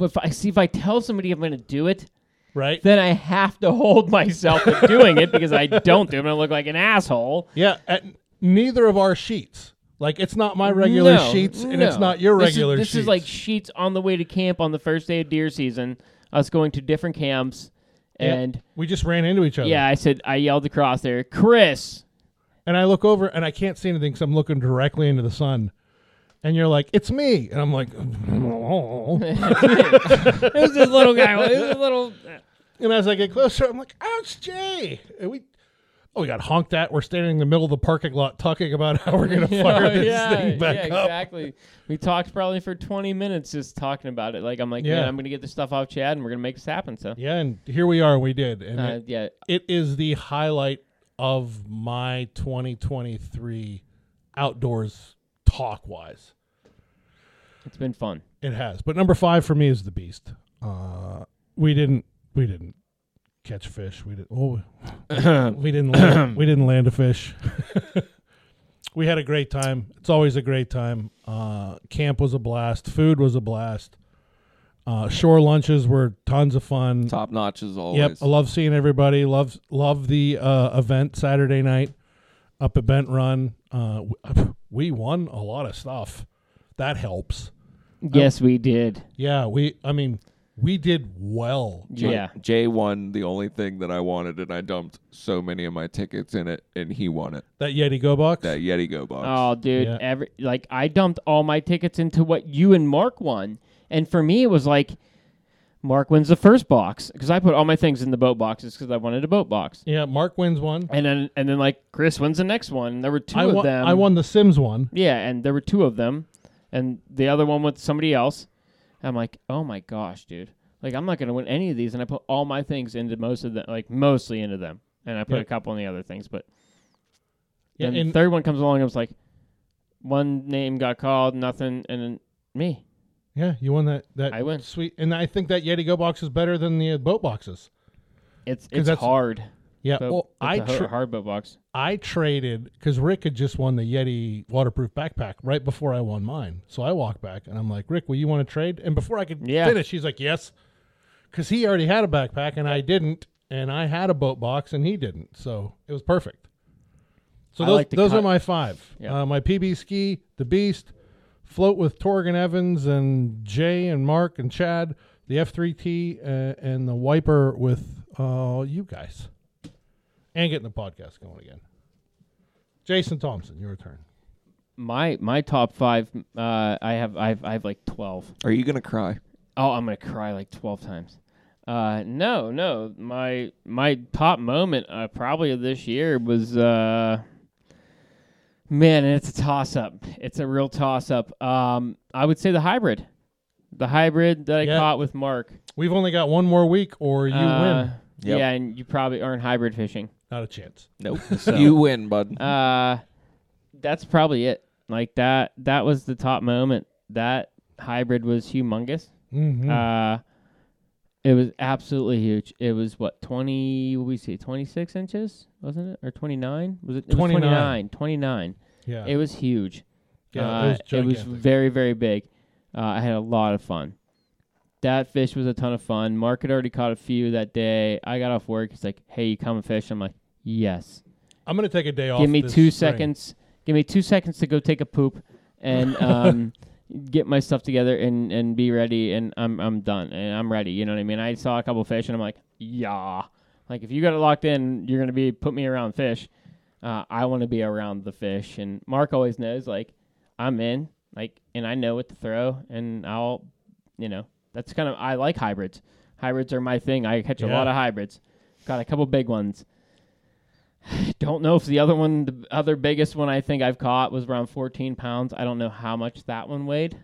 if I see if I tell somebody I'm going to do it, right? then I have to hold myself to doing it because I don't do it. I'm going to look like an asshole. Yeah, at neither of our sheets. Like it's not my regular No, sheets and it's no. not your This is- regular This is, sheets. like sheets on the way to camp on the first day of deer season. Us going to different camps, Yeah. and we just ran into each other. yeah, I said I yelled across there, Chris. And I look over and I can't see anything because I'm looking directly into the sun. And you're like, It's me and I'm like And Who's this little guy? Who's this little? as I get closer, I'm like, Oh, it's Jay. And we Oh, we got honked at. We're standing in the middle of the parking lot talking about how we're gonna fire Oh, this yeah, thing back yeah, up. exactly. We talked probably for 20 minutes just talking about it. Like I'm like, yeah, Yeah. I'm gonna get this stuff off Chad, and we're gonna make this happen. So Yeah, and here we are, we did. And it- uh, yeah, it is the highlight of my 2023 outdoors talk wise. it's been fun. It has, but number five for me is the beast. Uh, we didn't, we didn't catch fish. We did. Oh, we didn't. Land, we didn't land a fish. we had a great time. It's always a great time. Uh, camp was a blast. Food was a blast. Uh, shore lunches were tons of fun. Top notch as always. Yep, I love seeing everybody. Love love the uh, event Saturday night up at Bent Run. Uh, w- we won a lot of stuff. That helps. Yes, we did. Yeah, we. I mean, we did well. Jay- Yeah, Jay won the only thing that I wanted, and I dumped so many of my tickets in it, and he won it. That Yeti Go Box. That Yeti Go box. Oh, dude, Yeah. every like I dumped all my tickets into what you and Mark won, and for me it was like, Mark wins the first box because I put all my things in the boat boxes because I wanted a boat box. Yeah, Mark wins one. And then and then like Chris wins the next one. There were two I of won, them. I won the Sims one. Yeah, and there were two of them, and the other one with somebody else. I'm like, oh my gosh, dude! Like I'm not gonna win any of these, and I put all my things into most of them, like mostly into them, and I put Yeah. a couple in the other things. But Yeah, then and- third one comes along, and I was like, one name got called, nothing, and then me. Yeah, you won that. That I win. Sweet, and I think that Yeti Go box is better than the uh, boat boxes. It's it's that's- hard. Yeah, But well, I it's a tra- har- hard boat box. I traded because Rick had just won the Yeti waterproof backpack right before I won mine. So I walked back and I'm like, Rick, will you want to trade? And before I could Yeah. finish, he's like, yes, because he already had a backpack and I didn't, and I had a boat box and he didn't, so it was perfect. So I those, like the those cut. are my five: Yeah. uh, my PB ski, the Beast, float with Torgan Evans and Jay and Mark and Chad, the F3T, uh, and the wiper with uh, you guys, and getting the podcast going again. Jason Thompson, your turn. My my top five. Uh, I have I have I have like twelve. Are you gonna cry? Oh, I'm gonna cry like twelve times. Uh, no, no. My my top moment uh, probably of this year was uh, man, and it's a toss up. It's a real toss up. Um, I would say the hybrid, the hybrid that I Yeah. caught with Mark. We've only got one more week, or you Uh, win. Yep. Yeah, and you probably aren't hybrid fishing. Not a chance. Nope. So- You win, bud. Uh, that's probably it. Like that. That was the top moment. That hybrid was humongous. Mm-hmm. Uh, it was absolutely huge. It was what twenty? What we see? Twenty six inches, wasn't it? Or twenty nine? Was it? it was 29. 29. 29. yeah, It was huge. yeah, Uh, it was gigantic. very very big. Uh, I had a lot of fun. That fish was a ton of fun. Mark had already caught a few that day. I got off work. He's like, "Hey, you come and fish?" I'm like, "Yes." I'm gonna take a day off. give me this two spring. seconds. Give me two seconds to go take a poop and um, get my stuff together and, and be ready. And I'm I'm done and I'm ready. You know what I mean? I saw a couple fish and I'm like, yeah. Like if you got it locked in, you're gonna be put me around fish. Uh, I want to be around the fish. And Mark always knows like I'm in like and I know what to throw and I'll you know that's kind of I like hybrids. Hybrids are my thing. I catch a Yeah. lot of hybrids. Got a couple big ones. Don't know if the other one, the other biggest one I think I've caught was around 14 pounds. I don't know how much that one weighed.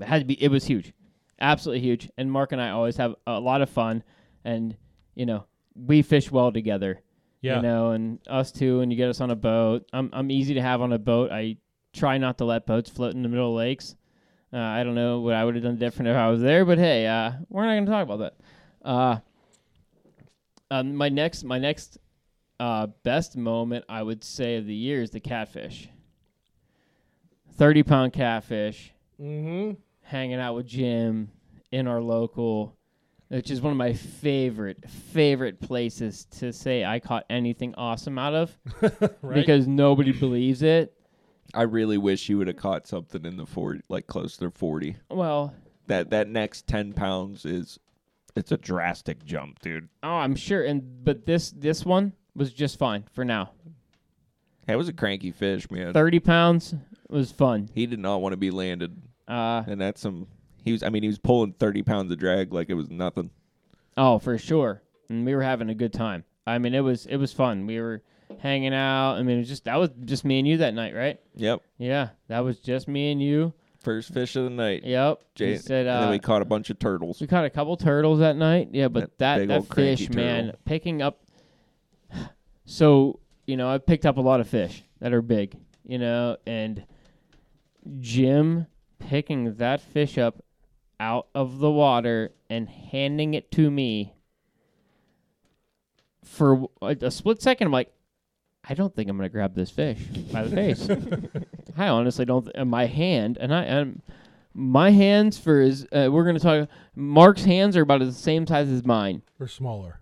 It had to be. It was huge, absolutely huge. And Mark and I always have a lot of fun, and you know we fish well together. Yeah, You know, and us too. And you get us on a boat. I'm I'm easy to have on a boat. I try not to let boats float in the middle of lakes. Uh, I don't know what I would have done different if I was there, but hey, uh, we're not going to talk about that. Uh, um, my next my next uh, best moment I would say of the year is the catfish. Thirty pound catfish Mm-hmm. hanging out with Jim in our local, which is one of my favorite favorite places to say I caught anything awesome out of Right. because nobody believes it. I really wish you would have caught something in the forty, like close to forty. Well, That that next ten pounds is, it's a drastic jump, dude. oh, I'm sure, and but this this one was just fine for now. That was a cranky fish, man. Thirty pounds was fun. He did not want to be landed, Uh, and that's some. He was. I mean, he was pulling thirty pounds of drag like it was nothing. Oh, for sure. And we were having a good time. I mean, it was it was fun. We were hanging out. I mean, it was just that was just me and you that night, right? Yep. Yeah, that was just me and you. First fish of the night. Yep. Jay, we said and then uh, we caught a bunch of turtles. we caught a couple turtles that night. Yeah, but That that big that, old cranky fish, man, turtle. picking up. So you know, I picked up a lot of fish that are big. You know, and Jim picking that fish up out of the water and handing it to me for a, a split second. I'm like, I don't think I'm gonna grab this fish by the face. I honestly don't. Th- uh, my hand and I and my hands for his. Uh, we're gonna talk. Mark's hands are about the same size as mine, We're smaller.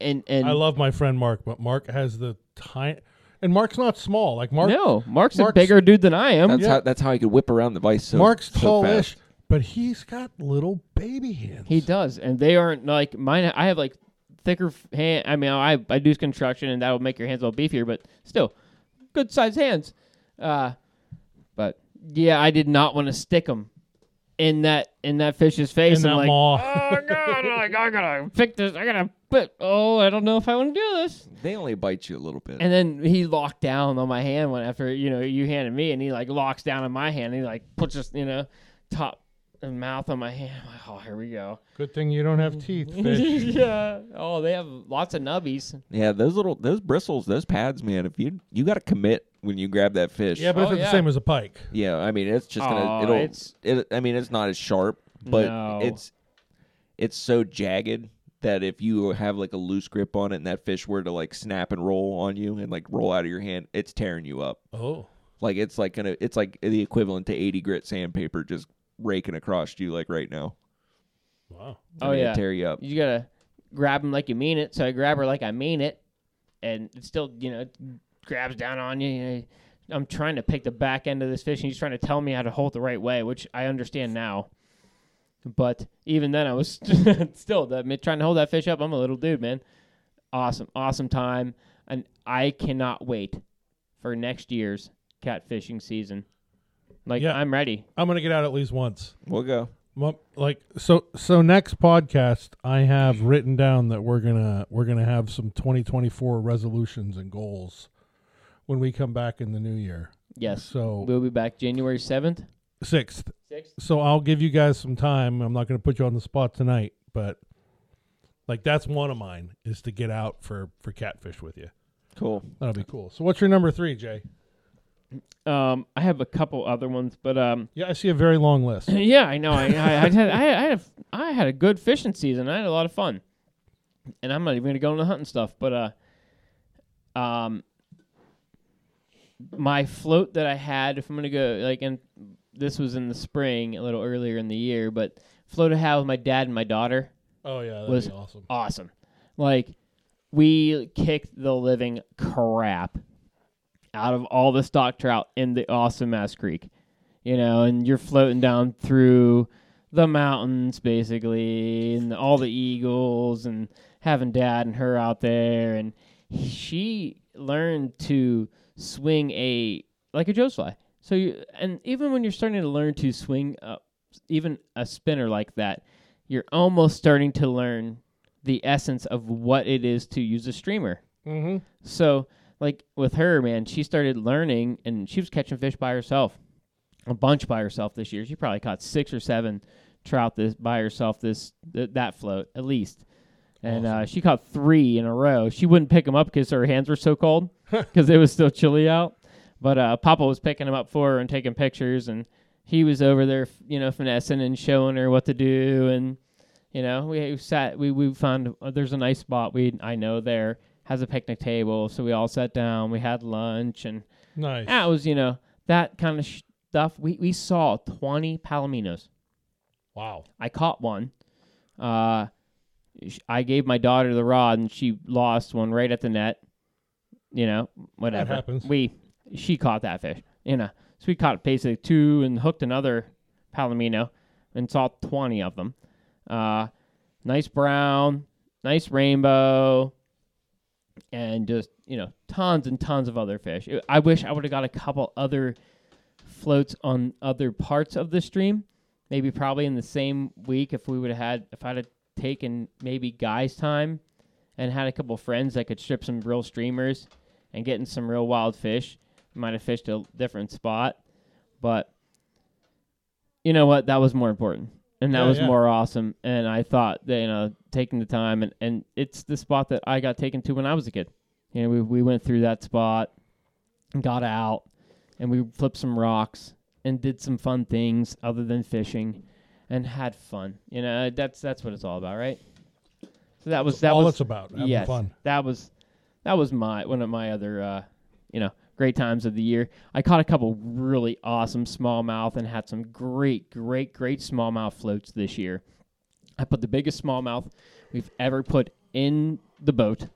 and and I love my friend Mark, but Mark has the tiny, and Mark's not small. Like Mark, no, Mark's, a Mark's- bigger dude than I am. That's Yeah. how. That's how he could whip around the vice. So, Mark's so tallish, fast. but he's got little baby hands. He does, and they aren't like mine. I have like thicker f- hand. I mean, I I do construction, and that will make your hands a little beefier, but still, good sized hands. Uh, but yeah, I did not want to stick him, in that in that fish's face. in I'm that like, maw. oh god, like I gotta pick this. I gotta put. Oh, I don't know if I want to do this. They only bite you a little bit. And then he locked down on my hand when after you know you handed me, and he like locks down on my hand. And he like puts his you know top and mouth on my hand. I'm like, oh, here we go. Good thing you don't have teeth, fish. yeah. Oh, they have lots of nubbies. yeah, those little those bristles, those pads, man. If you you got to commit when you grab that fish. yeah, but Oh, it's not yeah. the same as a pike. Yeah, I mean it's just Aw, gonna it'll it's- it, I mean it's not as sharp, but No. it's it's so jagged that if you have like a loose grip on it and that fish were to like snap and roll on you and like roll out of your hand, it's tearing you up. Oh. Like it's like gonna it's like the equivalent to eighty grit sandpaper just raking across you like right now. Wow. I Oh, mean, it'd yeah. tear you up. You gotta grab them like you mean it. So I grab her like I mean it, and it still you know grabs down on you. you know. I'm trying to pick the back end of this fish, and he's trying to tell me how to hold the right way, which I understand now. But even then, I was still that me trying to hold that fish up. I'm a little dude, man. Awesome, awesome time, and I cannot wait for next year's catfishing season. Like Yeah. I'm ready. I'm gonna get out at least once. We'll go. Well, like so so next podcast I have written down that we're gonna we're gonna have some 2024 resolutions and goals when we come back in the new year. Yes, So we'll be back January seventh, sixth. sixth. So I'll give you guys some time. I'm not gonna put you on the spot tonight, but like that's one of mine is to get out for for catfish with you. Cool. That'll be cool. So what's your number three, Jay? Um, I have a couple other ones, but um, Yeah, I see a very long list. yeah, I know. I I, I had I had, I, had a, I had a good fishing season. I had a lot of fun, and I'm not even gonna go into hunting stuff. But uh, um, my float that I had, if I'm gonna go like, and this was in the spring, a little earlier in the year, but float I had with my dad and my daughter, Oh yeah, that'd Was- be awesome. awesome. Like we kicked the living crap out of all the stock trout in the awesome ass creek. You know, and you're floating down through the mountains basically and all the eagles and having dad and her out there and she learned to swing a like a joe's fly. So you and even when you're starting to learn to swing a, even a spinner like that, you're almost starting to learn the essence of what it is to use a streamer. Mm-hmm. So, like with her, man, she started learning and she was catching fish by herself, a bunch by herself this year. She probably caught six or seven trout this by herself this th- that float at least. And uh, she caught three in a row. She wouldn't pick them up because her hands were so cold because it was still chilly out. But uh, Papa was picking them up for her and taking pictures, and he was over there, f- you know, finessing and showing her what to do. And you know, we sat, we we found uh, there's a nice spot we I know there has a picnic table, so we all sat down, we had lunch, and Nice. that was you know that kind of sh- stuff. We we saw 20 palominos. Wow. I caught one. Uh, sh- I gave my daughter the rod, and she lost one right at the net. You know, whatever happens. We she caught that fish. You know, so we caught basically two and hooked another palomino, and saw twenty of them. Uh, nice brown, nice rainbow, and just you know tons and tons of other fish. I- I wish I would have got a couple other floats on other parts of the stream maybe probably in the same week if we would have had if I'd have taken maybe guys time and had a couple friends that could strip some real streamers and getting some real wild fish. Might have fished a different spot, but you know what? That was more important, and that Yeah, was yeah. more awesome. And I thought that you know taking the time and and it's the spot that I got taken to when I was a kid. You know, we we went through that spot, and got out, and we flipped some rocks and did some fun things other than fishing, and had fun. You know, uh, that's that's what it's all about, right? So that was that all was it's about. Having yes, fun. That was that was my one of my other uh, you know great times of the year. I caught a couple really awesome smallmouth and had some great great great smallmouth floats this year. I put the biggest smallmouth we've ever put in the boat,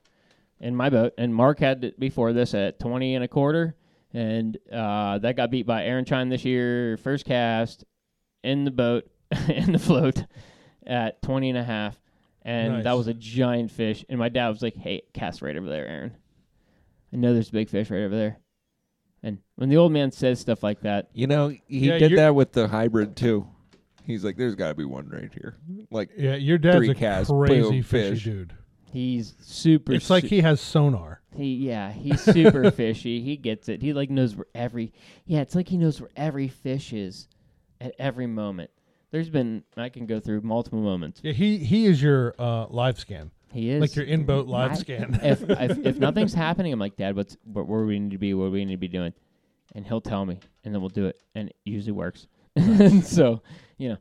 in my boat, and Mark had it before this at twenty and a quarter, and uh, that got beat by Aaron Chine this year first cast in the boat in the float at 20 and a half and that Nice. was a giant fish and my dad was like hey cast right over there aaron i know there's a big fish right over there and when the old man says stuff like that You know, he Yeah, did you're- that with the hybrid too. He's like, there's got to be one right here. Like, Yeah, your dad's Three a cast, crazy boom, fishy fish. dude. He's super. It's like su- he has sonar. He yeah, he's super fishy. He gets it. He like knows where every yeah, it's like he knows where every fish is at every moment. There's been I can go through multiple moments. Yeah, he he is your uh, live scan, He is like your in boat live I- scan. if, if if nothing's happening, I'm like, Dad, what's where, where we need to be, what we need to be doing, and he'll tell me, and then we'll do it, and it usually works. and so, you know,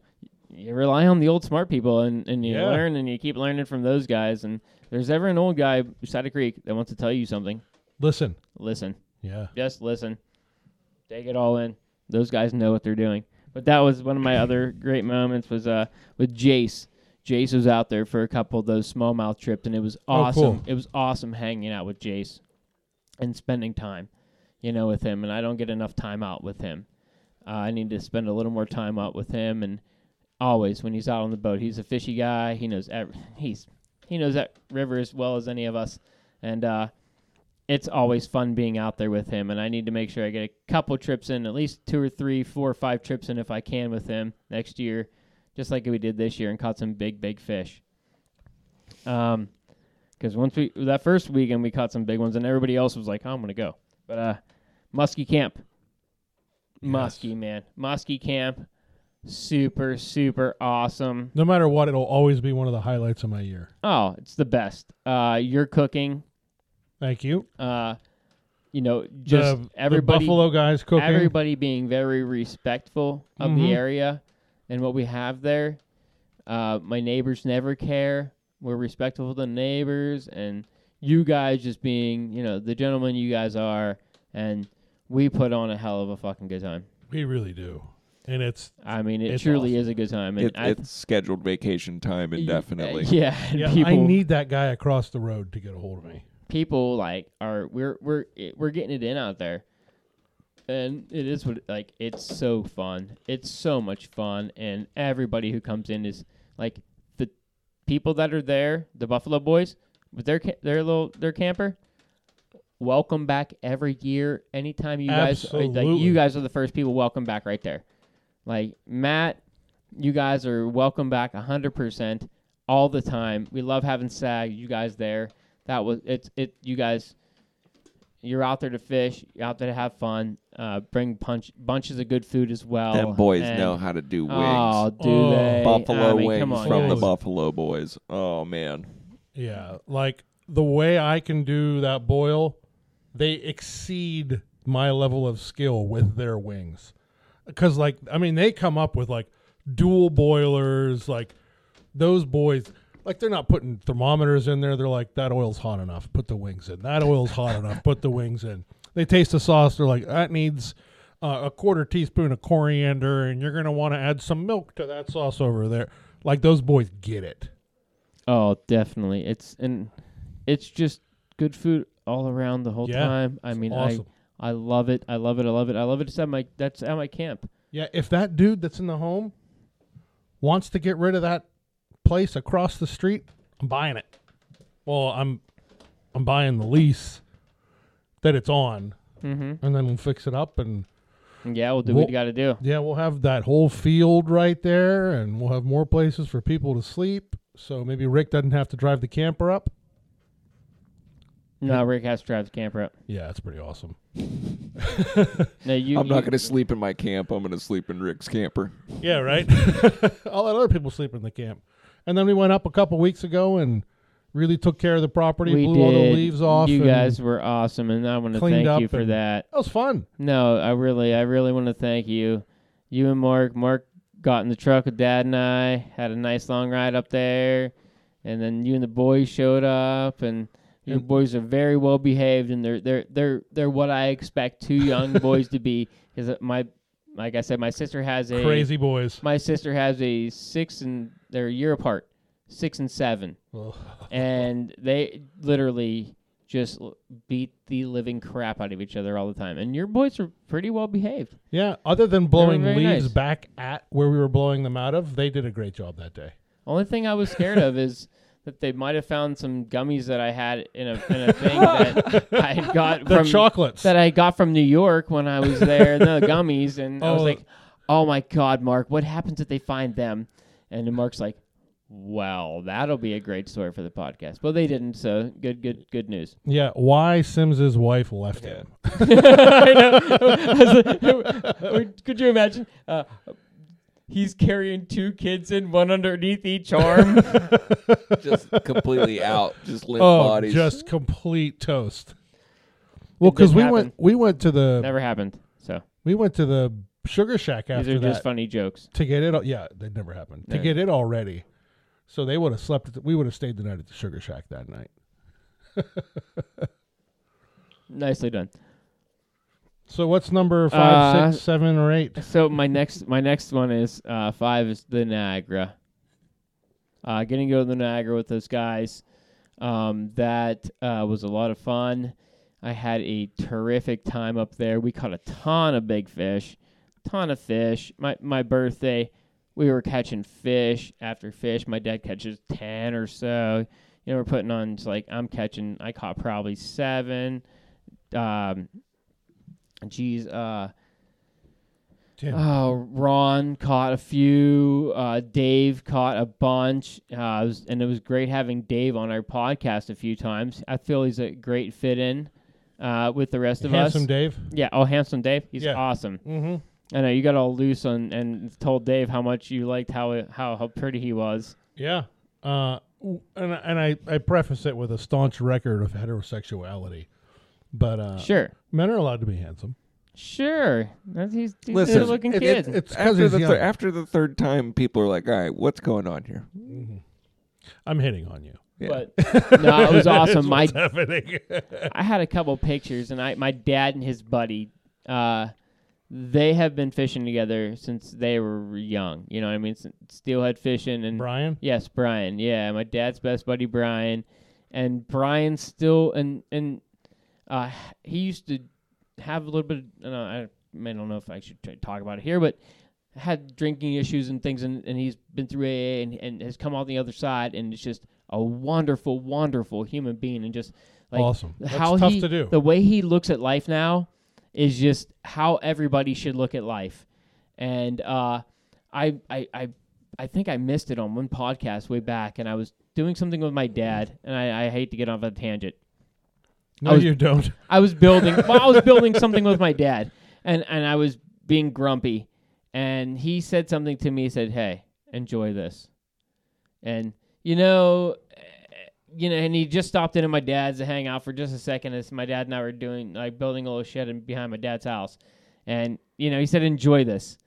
you rely on the old smart people, and and you Yeah. learn, and you keep learning from those guys. And there's ever an old guy beside a creek that wants to tell you something. Listen, Listen, yeah, just listen, take it all in. Those guys know what they're doing. But that was one of my other great moments was uh with Jace. Jace was out there for a couple of those smallmouth trips, and it was Oh, awesome. cool. It was awesome hanging out with Jace and spending time, you know, with him. And I don't get enough time out with him. Uh, I need to spend a little more time out with him. And always when he's out on the boat, he's a fishy guy. He knows ev- he's he knows that river as well as any of us, and uh, it's always fun being out there with him. And I need to make sure I get a couple trips in, at least two or three, four or five trips in if I can with him next year, just like we did this year and caught some big big fish. Um, because once we that first weekend we caught some big ones, and everybody else was like, "Oh, "I'm gonna go," but uh, Muskie Camp, Yes. Muskie man, Muskie Camp, super super awesome. no matter what, it'll always be one of the highlights of my year. Oh, it's the best. Uh, you're cooking. Thank you. Uh, you know, just the, everybody, the Buffalo guys cooking. everybody being very respectful of Mhm. the area and what we have there. Uh, my neighbors never care. We're respectful to the neighbors, and you guys just being, you know, the gentlemen you guys are, and we put on a hell of a fucking good time. we really do, and it's I mean, it It's truly awesome. is a good time. And it, I, it's scheduled vacation time indefinitely. Yeah, and yeah, people, I need that guy across the road to get a hold of me. people like are we're we're it- we're getting it in out there and it is what like it's so fun it's so much fun and everybody who comes in is like the people that are there the buffalo boys with their ca- their little their camper welcome back every year anytime you guys uh, like Absolutely. you guys are the first people welcome back right there like matt you guys are welcome back 100% all the time we love having sag you guys there that was it's it you guys you're out there to fish you're out there to have fun uh bring punch bunches of good food as well Them boys and- know how to do wings. oh do Oh. they Buffalo I mean, wings come on, from the guys. Buffalo Boys. Oh man, Yeah, like the way I can do that boil, they exceed my level of skill with their wings. Cuz like I mean they come up with like dual boilers like those boys like they're not putting thermometers in there. They're like that oil's hot enough. Put the wings in. That oil's hot enough. Put the wings in. They taste the sauce. They're like that needs uh, a quarter teaspoon of coriander, and you're gonna want to add some milk to that sauce over there. Like those boys get it. oh definitely it's and it's just good food all around the whole Yeah, time i mean awesome. i i love it i love it i love it i love it it's at my that's at my camp Yeah, if that dude that's in the home wants to get rid of that place across the street, I'm buying it. Well, I'm I'm buying the lease that it's on, mm-hmm and then we'll fix it up, and yeah we'll do what Well- we gotta do yeah, we'll have that whole field right there, and we'll have more places for people to sleep. So maybe Rick doesn't have to drive the camper up. no rick has to drive the camper up Yeah, that's pretty awesome. no you I'm not you- going to sleep in my camp. I'm going to sleep in Rick's camper. Yeah, right. I'll let other people sleep in the camp. And then we went up a couple weeks ago and really took care of the property, blew all the leaves off. You and- guys were awesome, and I want to cleaned thank you up for and- that. That was fun. No, I really, I really want to thank you. You and Mark. Mark got in the truck with Dad and I. Had a nice long ride up there, and then you and the boys showed up, and your And- boys are very well behaved, and they're they're they're they're what I expect two young boys to be. Because my, like I said, my sister has a Crazy boys. My sister has a six and they're a year apart, six and seven and they literally just l- beat the living crap out of each other all the time. And your boys are pretty well behaved. Yeah, other than blowing very leaves nice. back at where we were blowing them out of, they did a great job that day. Only thing I was scared of is that they might have found some gummies that I had in a in a thing that I had got The from chocolates. that I got from New York when I was there. no gummies, and I was Oh. like, oh my God, Mark, what happens if they find them? And then Mark's like, well, that'll be a great story for the podcast. Well, they didn't, so good, good, good news. Yeah, why Sims's wife left Yeah. him? I know. Could you imagine? Uh, he's carrying two kids in, one underneath each arm. just completely out, just limp Oh, bodies. just complete toast. Well, because didn't we happen. went we went to the Never happened. So we went to the Sugar Shack these after are that just funny jokes. to get it. al- Yeah, that never happened. To No. get it already, so they would have slept. At the, we would have stayed the night at the Sugar Shack that night. Nicely done. So what's number five, six, Uh, seven, or eight? So my next my next one is uh, five is the Niagara. Uh, getting to go to the Niagara with those guys, um, that uh, was a lot of fun. I had a terrific time up there. We caught a ton of big fish, ton of fish. My my birthday, we were catching fish after fish. My dad catches ten or so. You know, we're putting on it's like I'm catching. I caught probably seven. Um, geez, uh, Tim, Oh, Ron caught a few. Uh, Dave caught a bunch. Uh, it was, and it was great having Dave on our podcast a few times. I feel he's a great fit in uh, with the rest of handsome us. Dave. Yeah. Oh, handsome Dave. He's Yeah. awesome. Mm-hmm. I know you got all loose on and told Dave how much you liked how it, how how pretty he was. Yeah. Uh, w- and I- and I, I preface it with a staunch record of heterosexuality, but uh, sure. men are allowed to be handsome. Sure. That's, he's he's Listen, a good looking it- kid. It's because After he's the, young. thir- after the third time, people are like, all right, what's going on here? I'm hitting on you. Yeah. But no, it was awesome. My What's happening? I had a couple pictures, and I my dad and his buddy, uh, they have been fishing together since they were young. You know what I mean? S- Steelhead fishing and Brian. yes, Brian. Yeah, my dad's best buddy Brian, and Brian still and and uh, he used to have a little bit. Of, I don't know, I may- don't know if I should t- talk about it here, but had drinking issues and things, and, and he's been through AA and, and has come out the other side, and it's just a wonderful, wonderful human being, and just like awesome. That's how tough he, to do. the way he looks at life now is just how everybody should look at life. And uh, I, I, I, I think I missed it on one podcast way back, and I was doing something with my dad, and I, I hate to get off on a tangent. no, I was- you don't. I was building. well, I was building something with my dad, and and I was being grumpy, and he said something to me. He said, "Hey, enjoy this," and you know, eh, you know, and he just stopped into my dad's to hang out for just a second. As my dad and I were doing like building a little shed in, behind my dad's house, and you know, he said, "Enjoy this,"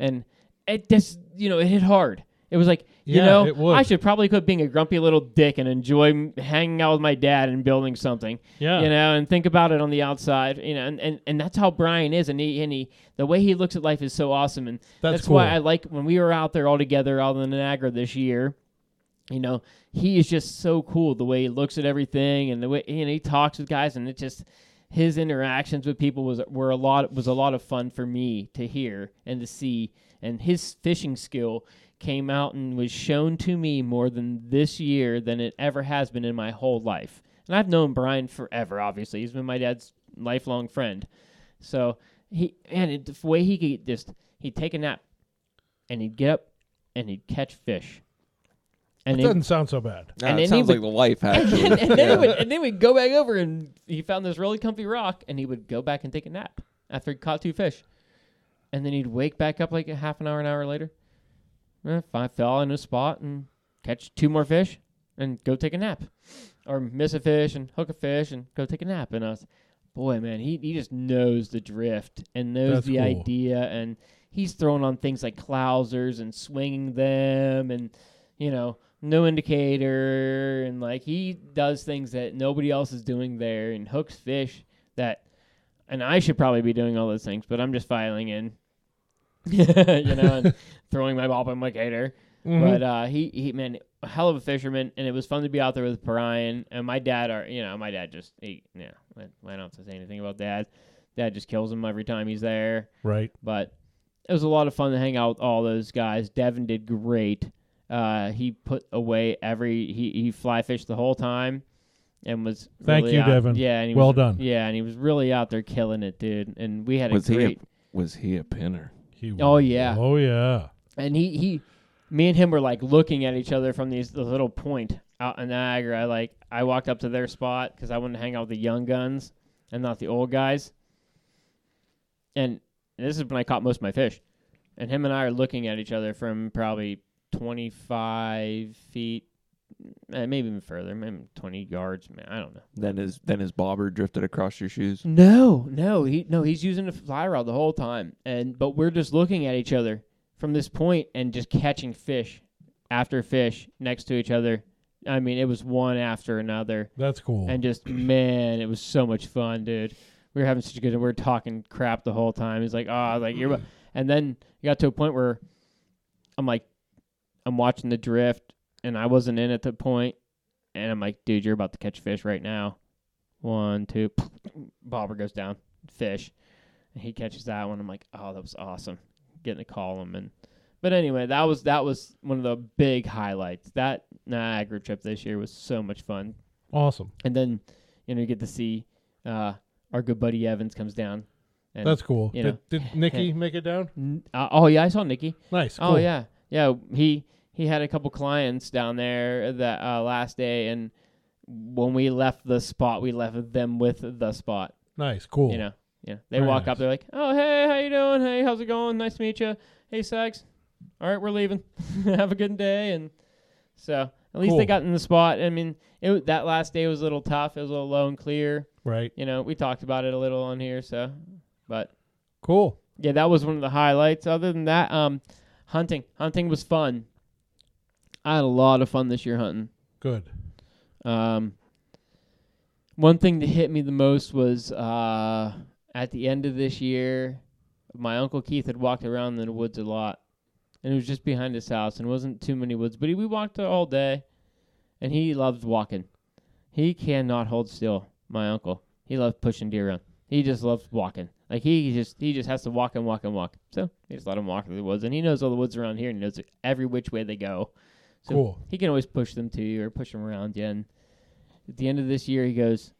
and it just you know, it hit hard. It was like. You Yeah, know, it would. I should probably quit being a grumpy little dick and enjoy m- hanging out with my dad and building something Yeah. you know, and think about it on the outside, you know, and, and, and that's how Brian is, and he and he the way he looks at life is so awesome, and That's why cool. I like when we were out there all together out in the Niagara this year. You know, he is just so cool the way he looks at everything, and the way and he talks with guys, and it just his interactions with people was were a lot was a lot of fun for me to hear and to see, and his fishing skill came out and was shown to me more than this year than it ever has been in my whole life. And I've known Brian forever, obviously. He's been my dad's lifelong friend. So he and it, the way he could just he'd take a nap and he'd get up and he'd catch fish. It And then- doesn't sound so bad. Nah, and then he it sounds would- like the life, and actually. then, and then Yeah. he would, and then we'd go back over, and he found this really comfy rock, and he would go back and take a nap after he caught two fish, and then he'd wake back up like a half an hour, an hour later. Eh, I fell in a spot and catch two more fish, and go take a nap, or miss a fish and hook a fish and go take a nap. And I was, boy, man, he he just knows the drift and knows That's the cool. idea, and he's throwing on things like clousers and swinging them, and you know no indicator and like he does things that nobody else is doing there and hooks fish that and I should probably be doing all those things, but I'm just filing in. you know, and throwing my ball by my gator. Mm-hmm. But uh he, he man, a hell of a fisherman and it was fun to be out there with Brian and my dad are you know, my dad just he yeah, I, I don't have to say anything about dad. Dad just kills him every time he's there Mm-hmm. Right. but it was a lot of fun to hang out with all those guys. Devin did great. Uh, he put away every he, he fly fished the whole time, and was Thank really you, out- Devin. Yeah, and he Well was- done. Yeah, and he was really out there killing it, dude. And we had a Was he a- great. Was he a pinner? He Oh, would. yeah. Oh yeah. and he he me and him were like looking at each other from these the little point out in Niagara. I like I walked up to their spot because I wanted to hang out with the young guns and not the old guys. And, and this is when I caught most of my fish. And him and I are looking at each other from probably twenty five feet, eh, maybe even further, maybe twenty yards. Man, I don't know. Then his then his bobber drifted across your shoes. No, no, he no, he's using a fly rod the whole time, and but we're just looking at each other from this point and just catching fish after fish next to each other. I mean, it was one after another, That's cool. and just man, it was so much fun, dude. We were having such a good, we were talking crap the whole time. He's like, oh, like you're, wa-" and then it got to a point where I'm like, I'm watching the drift, and I wasn't in at the point, and I'm like, dude, you're about to catch fish right now. One, two, bobber goes down, fish, and he catches that one. I'm like, oh, that was awesome, getting to call him. And but anyway, that was that was one of the big highlights. That Niagara trip this year was so much fun, awesome. and then you know you get to see uh, our good buddy Evans comes down. And, That's cool. you Did, did Nikki make it down? N- uh, oh yeah, I saw Nikki. Nice. Oh cool. yeah, yeah. He he had a couple clients down there that uh, last day, and when we left the spot, we left them with the spot. Nice. Cool. You know, yeah. They Very walk nice. up, they're like, "Oh hey, how you doing? Hey, how's it going? Nice to meet you. Hey, Sags. All right, we're leaving. Have a good day." And so at least Cool. they got in the spot. I mean, it wa- that last day was a little tough. It was a little low and clear. Right. You know, we talked about it a little on here, so but Cool. yeah, that was one of the highlights. Other than that, um, hunting. Hunting was fun. I had a lot of fun this year hunting. Good. Um, one thing that hit me the most was uh, at the end of this year, my uncle Keith had walked around in the woods a lot, and it was just behind his house, and it wasn't too many woods, but he, we walked all day, and he loves walking. He cannot hold still. My uncle, he loves pushing deer around. He just loves walking. Like he just he just has to walk and walk and walk. So he just let him walk through the woods, and he knows all the woods around here, and knows every which way they go. So- cool. He can always push them to you or push them around you. And at the end of this year, he goes,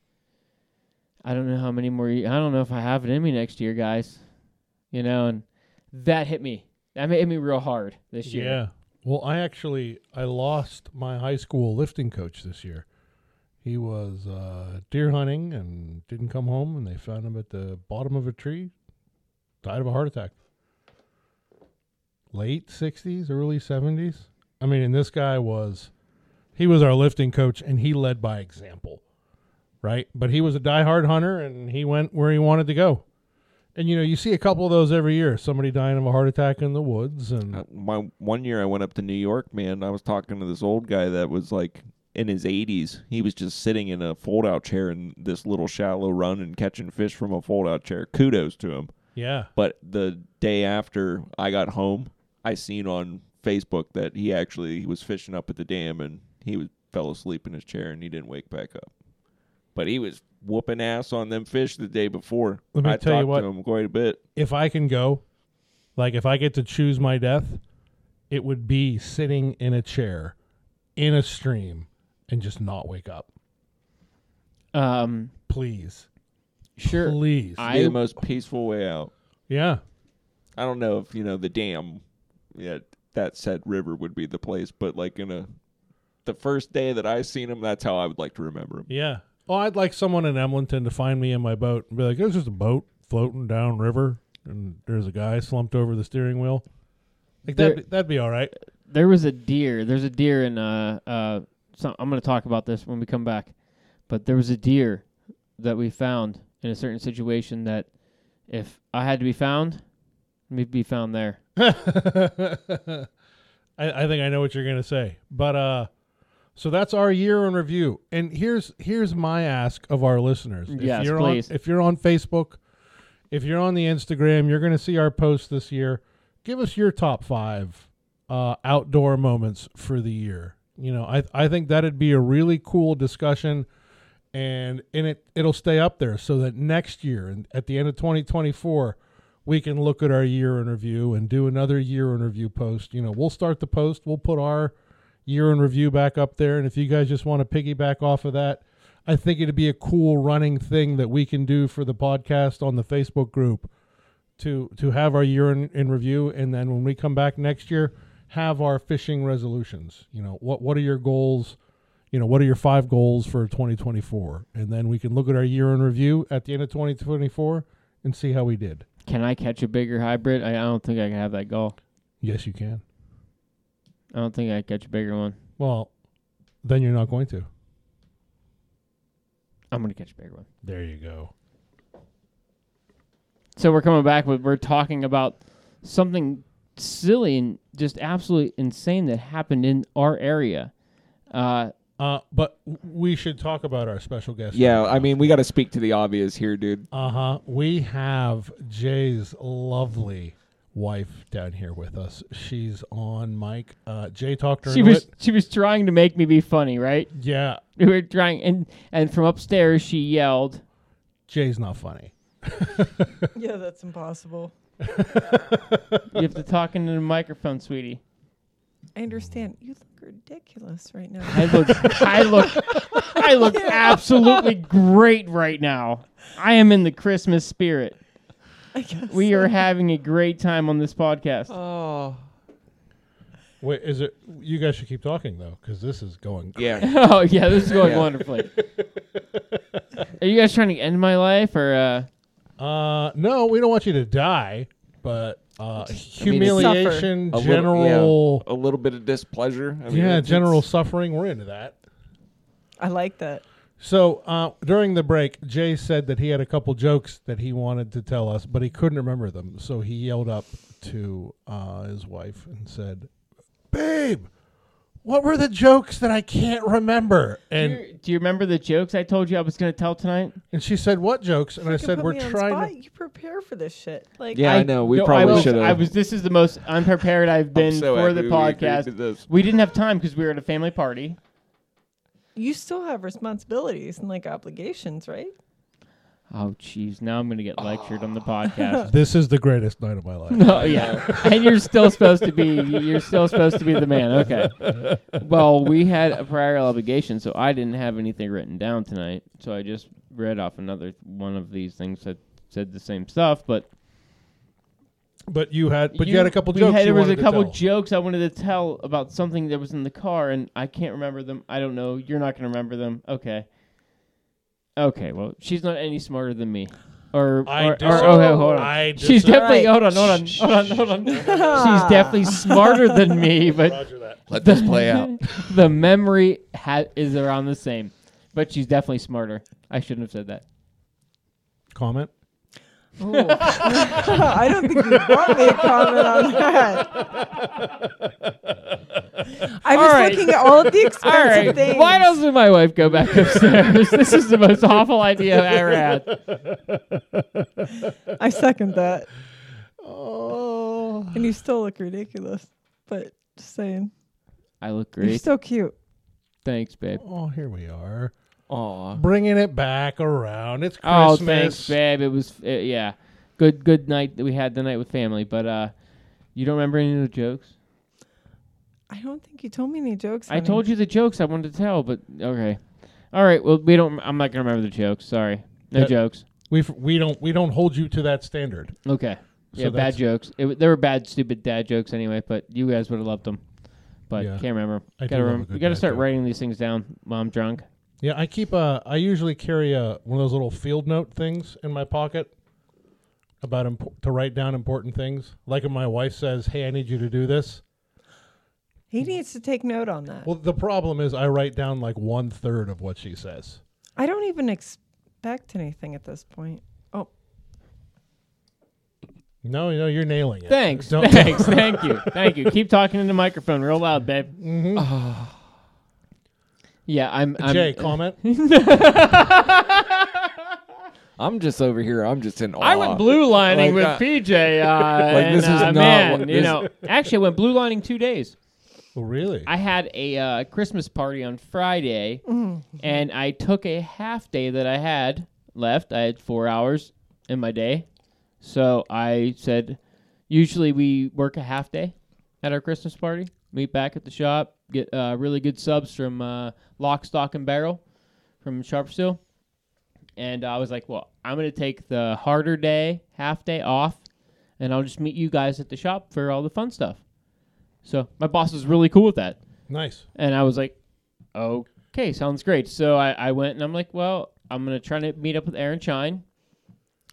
I don't know how many more. ye- I don't know if I have it in me next year, guys. You know, and that hit me. That ma- hit me real hard this year. Yeah. Well, I actually I lost my high school lifting coach this year. He was uh, deer hunting and didn't come home, and they found him at the bottom of a tree. Died of a heart attack. Late sixties, early seventies. I mean, and this guy was he was our lifting coach, and he led by example, right? But he was a diehard hunter, and he went where he wanted to go. And you know, you see a couple of those every year. Somebody dying of a heart attack in the woods, and Oh. Uh, my one year I went up to New York, man. I was talking to this old guy that was like in his 80s. He was just sitting in a fold-out chair in this little shallow run and catching fish from a fold-out chair. Kudos to him. yeah. But the day after I got home, I seen on Facebook that he actually was fishing up at the dam and he was fell asleep in his chair and he didn't wake back up. But he was whooping ass on them fish the day before. Let me I tell you talked what. to him quite a bit. if I can go, like if I get to choose my death, it would be sitting in a chair in a stream and just not wake up. Um, Please. sure. Please. I- It'd be the most peaceful way out. yeah. I don't know if you know the dam. Yeah, that said river would be the place, but like in a the first day that I seen him, that's how I would like to remember him. Yeah. Oh, I'd like someone in Emlinton to find me in my boat and be like, there's just a boat floating down river and there's a guy slumped over the steering wheel. Like There- that'd be, that'd be all right. There was a deer. There's a deer in uh uh. Some, I'm gonna talk about this when we come back, but there was a deer that we found in a certain situation that if I had to be found, we'd be found there. I, I think I know what you're gonna say, but uh, so that's our year in review. And here's here's my ask of our listeners: Yes, if you're please. on if you're on Facebook, if you're on the Instagram, you're gonna see our post this year. Give us your top five uh, outdoor moments for the year. You know, I I think that'd be a really cool discussion and and it it'll stay up there so that next year and at the end of 2024 we can look at our year in review and do another year in review post you know we'll start the post we'll put our year in review back up there and if you guys just want to piggyback off of that i think it'd be a cool running thing that we can do for the podcast on the facebook group to to have our year in, in review, and then when we come back next year, have our fishing resolutions. You know, what what are your goals? You know, what are your five goals for 2024? And then we can look at our year in review at the end of 2024 and see how we did. Can I catch a bigger hybrid? I, I don't think I can have that goal. Yes, you can. I don't think I can catch a bigger one. Well, then you're not going to. I'm gonna catch a bigger one. There you go. So we're coming back with we're talking about something silly and just absolutely insane that happened in our area. Uh, Uh, but we should talk about our special guest. Yeah, I mean, we got to speak to the obvious here, dude. Uh huh. We have Jay's lovely wife down here with us. She's on mic. Uh, Jay talked her she into was it. she was trying to make me be funny, right? Yeah, We were trying, and and from upstairs she yelled, Jay's not funny. Yeah, that's impossible. "You have to talk into the microphone, sweetie." I understand. You look ridiculous right now. I look, I look, I look absolutely great right now. I am in the Christmas spirit. I guess. We are having a great time on this podcast. Oh, Wait, is it? You guys should keep talking though, because this is going. yeah. oh yeah, this is going Yeah. wonderfully. Are you guys trying to end my life or uh Uh, no, we don't want you to die, but uh, humiliation, A little- general, yeah, a little bit of displeasure. I mean, yeah, it's- general suffering. We're into that. I like that. So uh, during the break, Jay said that he had a couple jokes that he wanted to tell us, but he couldn't remember them. So he yelled up to uh, his wife and said, "Babe, what were the jokes that I can't remember?" do And you, do you remember the jokes I told you I was going to tell tonight? and she said, "What jokes?" And I You said, put "We're me on trying spot. to." You prepare for this shit. Like, Yeah, I, know. We no, I probably was- should have. I was this is the most unprepared I've been so for happy the we agreed podcast. to this. We didn't have time cuz we were at a family party. you still have responsibilities and like obligations, right? Oh jeez, now I'm going to get lectured on the podcast. This is the greatest night of my life. Oh yeah, and you're still supposed to be you're still supposed to be the man. Okay. Well, we had a prior obligation, so I didn't have anything written down tonight. So I just read off another one of these things that said the same stuff, but But you had, but you, had a couple we jokes. Had, you there was a wanted to couple tell. jokes I wanted to tell about something that was in the car, and I can't remember them. I don't know. You're not going to remember them. Okay. Okay. Well, she's not any smarter than me. Or, I or, dis- or okay, hold on. I she's disagree. definitely Right. hold on, hold on, hold on, hold on. she's definitely smarter than me, but Roger that. Let this play out. the memory ha- is around the same. But she's definitely smarter. I shouldn't have said that. Comment. I don't think you want me to comment on that. I was right. looking at all of the All expensive right. things. Why doesn't my wife go back upstairs? this is the most awful idea I ever had. I second that. Oh. And you still look ridiculous. But just saying. I look You're great. so cute. thanks, babe. Oh, here we are, Aw. bringing it back around. It's Oh, Christmas. thanks, babe. It was uh, yeah, good good night that we had the night with family. But uh, you don't remember any of the jokes? I don't think you told me any jokes. I told you the jokes I wanted to tell, but okay, all right. Well, we don't. I'm not gonna remember the jokes. Sorry, no That- jokes. We we don't we don't hold you to that standard. Okay, So yeah, bad that's- jokes. It, w- they were bad, stupid dad jokes anyway. But you guys would have loved them. But Yeah. can't remember. I do love gotta a remember. good We gotta dad start joke. writing these things down while I'm drunk. Yeah, I keep a. I usually carry a one of those little field note things in my pocket about imp- to write down important things. Like if my wife says, "Hey, I need you to do this." He needs to take note on that. Well, the problem is I write down like one third of what she says. I don't even expect anything at this point. Oh, No, no, you're nailing it. Thanks, Don't- thanks, thank you, thank you. Keep talking in the microphone real loud, babe. Mm-hmm. Ah. yeah, I'm. I'm Jay, comment. I'm just over here. I'm just in awe. I went blue lining Ah. Like, with uh, PJ, uh, Like, and, this is uh, not man, what- you this- know. Actually, I went blue lining two days. oh, really? I had a uh, Christmas party on Friday, and I took a half day that I had left. I had four hours in my day, so I said, usually we work a half day at our Christmas party. Meet back at the shop, get uh, really good subs from uh, Lock, Stock, and Barrel from Sharp Steel. And I was like, well, I'm going to take the harder day, half day off, and I'll just meet you guys at the shop for all the fun stuff. So my boss was really cool with that. Nice. And I was like, okay, sounds great. So I, I went and I'm like, well, I'm going to try to meet up with Aaron Shine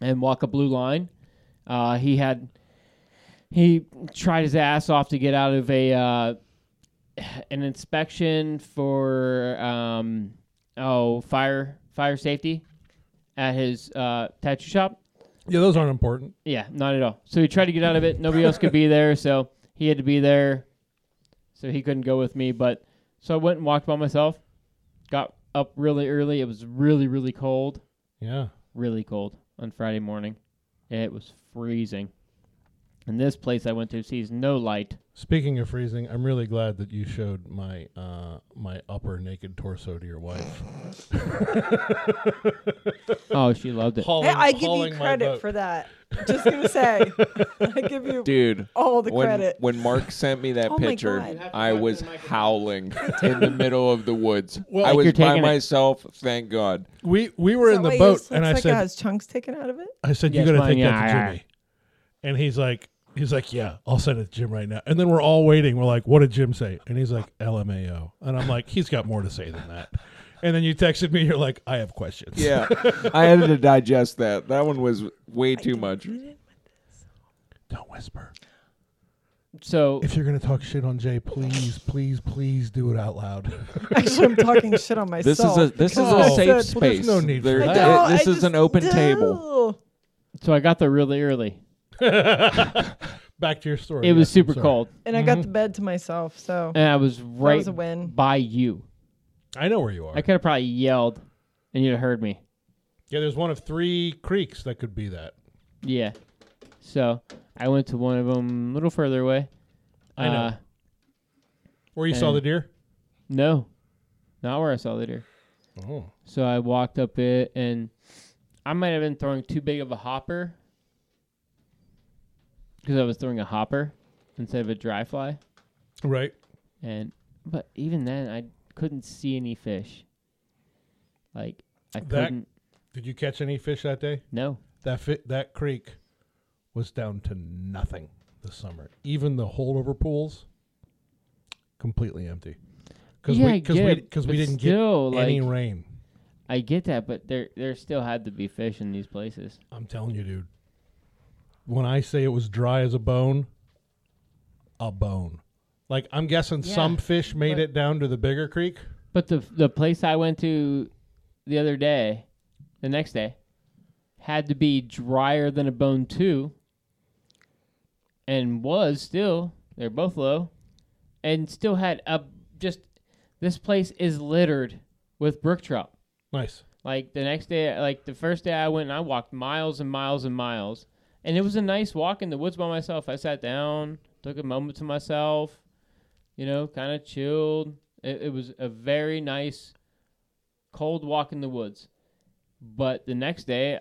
and walk a blue line. Uh, he had, he tried his ass off to get out of a, uh, an inspection for, um, oh, fire, fire safety at his, uh, tattoo shop. Yeah, those aren't important. Yeah, not at all. So he tried to get out of it. Nobody else could be there, so he had to be there. So he couldn't go with me. But so I went and walked by myself. Got up really early. It was really, really cold. Yeah. Really cold on Friday morning. It was freezing. And this place I went to sees no light. Speaking of freezing, I'm really glad that you showed my uh, my upper naked torso to your wife. Oh, she loved it. Hauling- Hey, I give you hauling my credit boat. for that. Just gonna say, I give you Dude, all the when, credit. when Mark sent me that Oh my picture, God. I was howling in the middle of the woods. Well, I Like was you're by taking it- myself, thank God. We we were Is in that the why yours boat, looks and I like it said, has chunks taken out of it. I said, Yes, you got to mine, take that to yeah, Jimmy. And he's like, he's like, yeah, I'll send it to Jim right now. And then we're all waiting. We're like, what did Jim say? And he's like, LMAO. And I'm like, he's got more to say than that. And then you texted me. You're like, I have questions. Yeah. I had to digest that. That one was way I too didn't much. eat it. Don't whisper. So If you're gonna talk shit on Jay, please, please, please do it out loud. Actually, I'm talking shit on myself. This is a this is because a Oh. safe I said- Well, there's space. no need for I that. know, this I is an just- open table. Ew. so I got there really early. Back to your story. It Yes, was I'm super sorry. cold. And I Mm-hmm. got the bed to myself, so And I was that right was a win. by you. I know where you are. I could have probably yelled and you'd have heard me. Yeah, there's one of three creeks that could be that. Yeah. So I went to one of them a little further away. I know. Uh, Where you saw And- the deer? no, not where I saw the deer. Oh, So I walked up it, and I might have been throwing too big of a hopper because I was throwing a hopper instead of a dry fly. right. And but even then, I couldn't see any fish. Like I That- couldn't. Did you catch any fish that day? No. That fi- that creek was down to nothing this summer. Even the holdover pools, completely empty. Because yeah, I we because get we, it, 'cause we but didn't get still, like, any rain. I get that, but there there still had to be fish in these places. I'm telling you, dude. When I say it was dry as a bone, a bone. Like I'm guessing Yeah, some fish made but- it down to the bigger creek. But the the place I went to the other day, the next day, had to be drier than a bone too, and was still. They're both low, and still had a just. This place is littered with brook trout. Nice. Like the next day, like the first day I went, and I walked miles and miles and miles, and it was a nice walk in the woods by myself. I sat down, took a moment to myself, you know, kind of chilled. It, it was a very nice, cold walk in the woods. But the next day,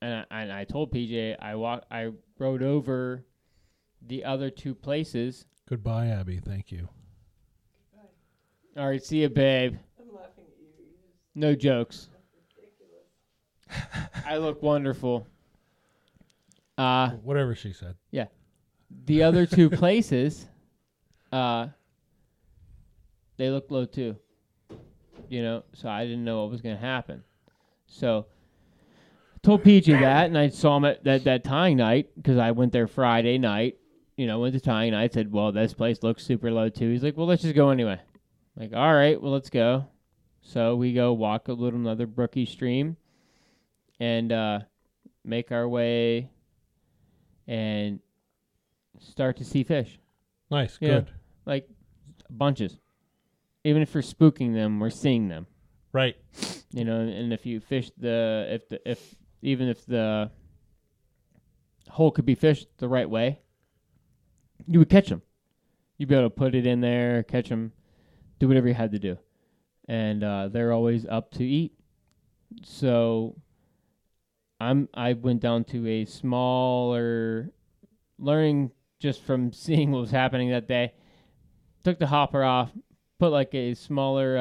and I, and I told PJ, I walk, I rode over the other two places. Goodbye, Abby. Thank you. All right, see you, babe. No jokes. I look wonderful. Uh, Whatever she said. the other two places, uh, they look low too. You know, so I didn't know what was going to happen. So I told PJ that, and I saw him at that, that tying night because I went there Friday night. You know, went to tying night. Said, "Well, this place looks super low too." He's like, "Well, let's just go anyway." I'm like, all right, well, let's go. So we go walk a little another brookie stream, and uh, make our way, and start to see fish Nice. Yeah. Good. like bunches. Even if we're spooking them, we're seeing them. Right. You know, and if you fish the if the if even if the hole could be fished the right way, you would catch them. You'd be able to put it in there, catch them, do whatever you had to do, and uh, they're always up to eat. So, I'm I went down to a smaller, learning just from seeing what was happening that day. Took the hopper off, put like a smaller